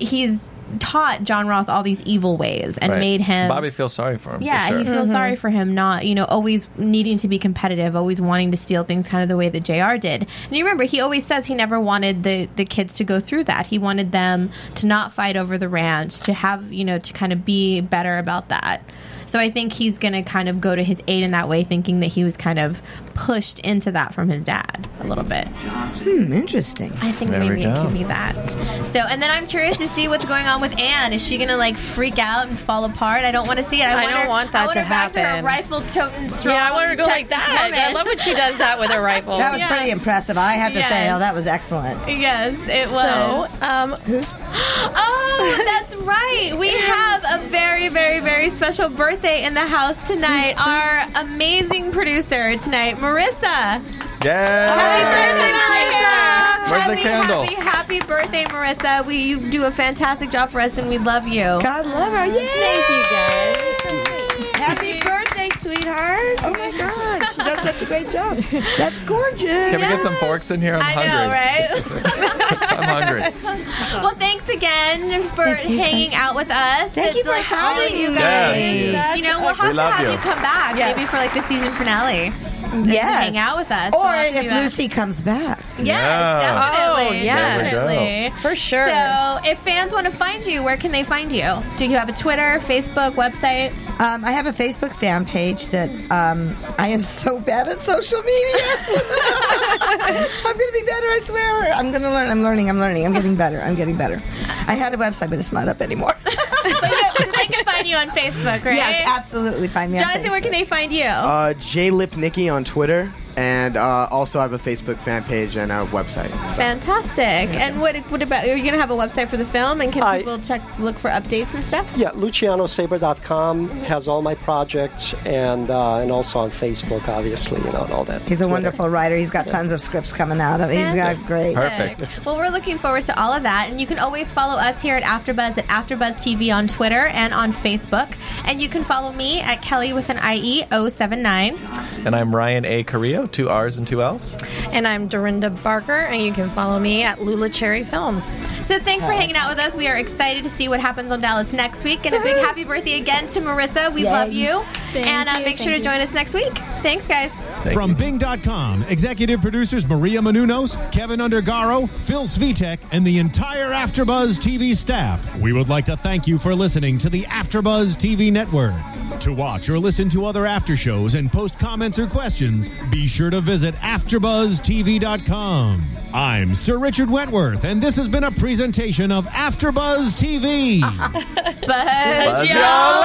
he's taught John Ross all these evil ways and
Right.
made him
Bobby feels sorry for him.
yeah,
for sure.
and he feels sorry for him not, you know, always needing to be competitive, always wanting to steal things kind of the way that JR did. And you remember, he always says he never wanted the, the kids to go through that. He wanted them to not fight over the ranch, to have, you know, to kind of be better about that. So I think he's going to kind of go to his aid in that way, thinking that he was kind of pushed into that from his dad a little bit.
Hmm, interesting.
I think
There we
maybe it
go.
could be that. So, and then I'm curious to see what's going on with Anne. Is she gonna like freak out and fall apart? I don't want to see it. I,
I
want
don't
her-
want that
I want
to
her back To her
happen.
rifle toting strong.
Yeah, I want her to go like
Texas
that.
woman.
I love when she does that with her rifle.
That was pretty impressive. I have to say,
Yes.
oh, that was excellent.
Yes, it
So,
was. um, who's? Oh, that's right. We have a very, very, very special birthday in the house tonight. Our amazing producer tonight, Marissa.
Yeah.
Happy birthday, Marissa!
Where's the
happy,
candle?
Happy, happy birthday, Marissa. We you do a fantastic job for us, and we love you.
God love her. Yay!
Thank you, guys.
Happy birthday, sweetheart. Oh my God. She does such a great job. That's gorgeous.
Can we get some forks in here? I'm
I know,
hungry.
right?
I'm hungry.
well, thanks again for
Thank you,
hanging
guys.
out with us.
Thank
It's
you for
like all of
having
you
me.
guys.
Yes.
You know, we'll
We
have to
love
have you.
you.
come back maybe for like the season finale.
Yes.
hang out with us.
Or
We'll have to do
if
that.
Lucy comes back.
Yes, definitely.
Oh, yes. There we go.
Definitely. For sure. So, if fans want to find you, where can they find you? Do you have a Twitter, Facebook, website?
Um, I have a Facebook fan page that um, I am so bad at social media. I'm going to be better, I swear. I'm going to learn. I'm learning. I'm learning. I'm getting better. I'm getting better. I had a website, but it's not up anymore.
they can find you on Facebook, right?
Yes, absolutely. Find me on
Jonathan,
Facebook.
where can they find you?
Uh, J Lipnicki on Twitter, and uh, also I have a Facebook fan page and a website. So.
Fantastic. And what what about are you going to have a website for the film and can
I-
people check look for updates and stuff?
Yeah, LucianoSaber.com has all my projects and uh, and also on Facebook, obviously, you know, and all that.
He's a wonderful writer. He's got tons of scripts coming out of. He's got great.
Well, we're looking forward to all of that, and you can always follow us here at AfterBuzz at AfterBuzz TV on Twitter and on Facebook, and you can follow me at Kelly with an E IE 079.
And I'm Ryan A. Carrillo, two R's and two L's.
And I'm Dorinda Barker, and you can follow me at Lula Cherry Films.
So thanks for hanging out with us. We are excited to see what happens on Dallas next week, and a big happy birthday again to Marissa. We
Yay.
love you,
Thank
and uh,
you,
make sure
thank
to
you.
join us next week. Thanks, guys.
From Bing.com, executive producers Maria Manunos, Kevin Undergaro, Phil Svitek, and the entire Afterbuzz TV staff. We would like to thank you for listening to the Afterbuzz TV network. To watch or listen to other after shows and post comments or questions, be sure to visit AfterbuzzTV.com. I'm Sir Richard Wentworth, and this has been a presentation of Afterbuzz TV.
Buzz
y'all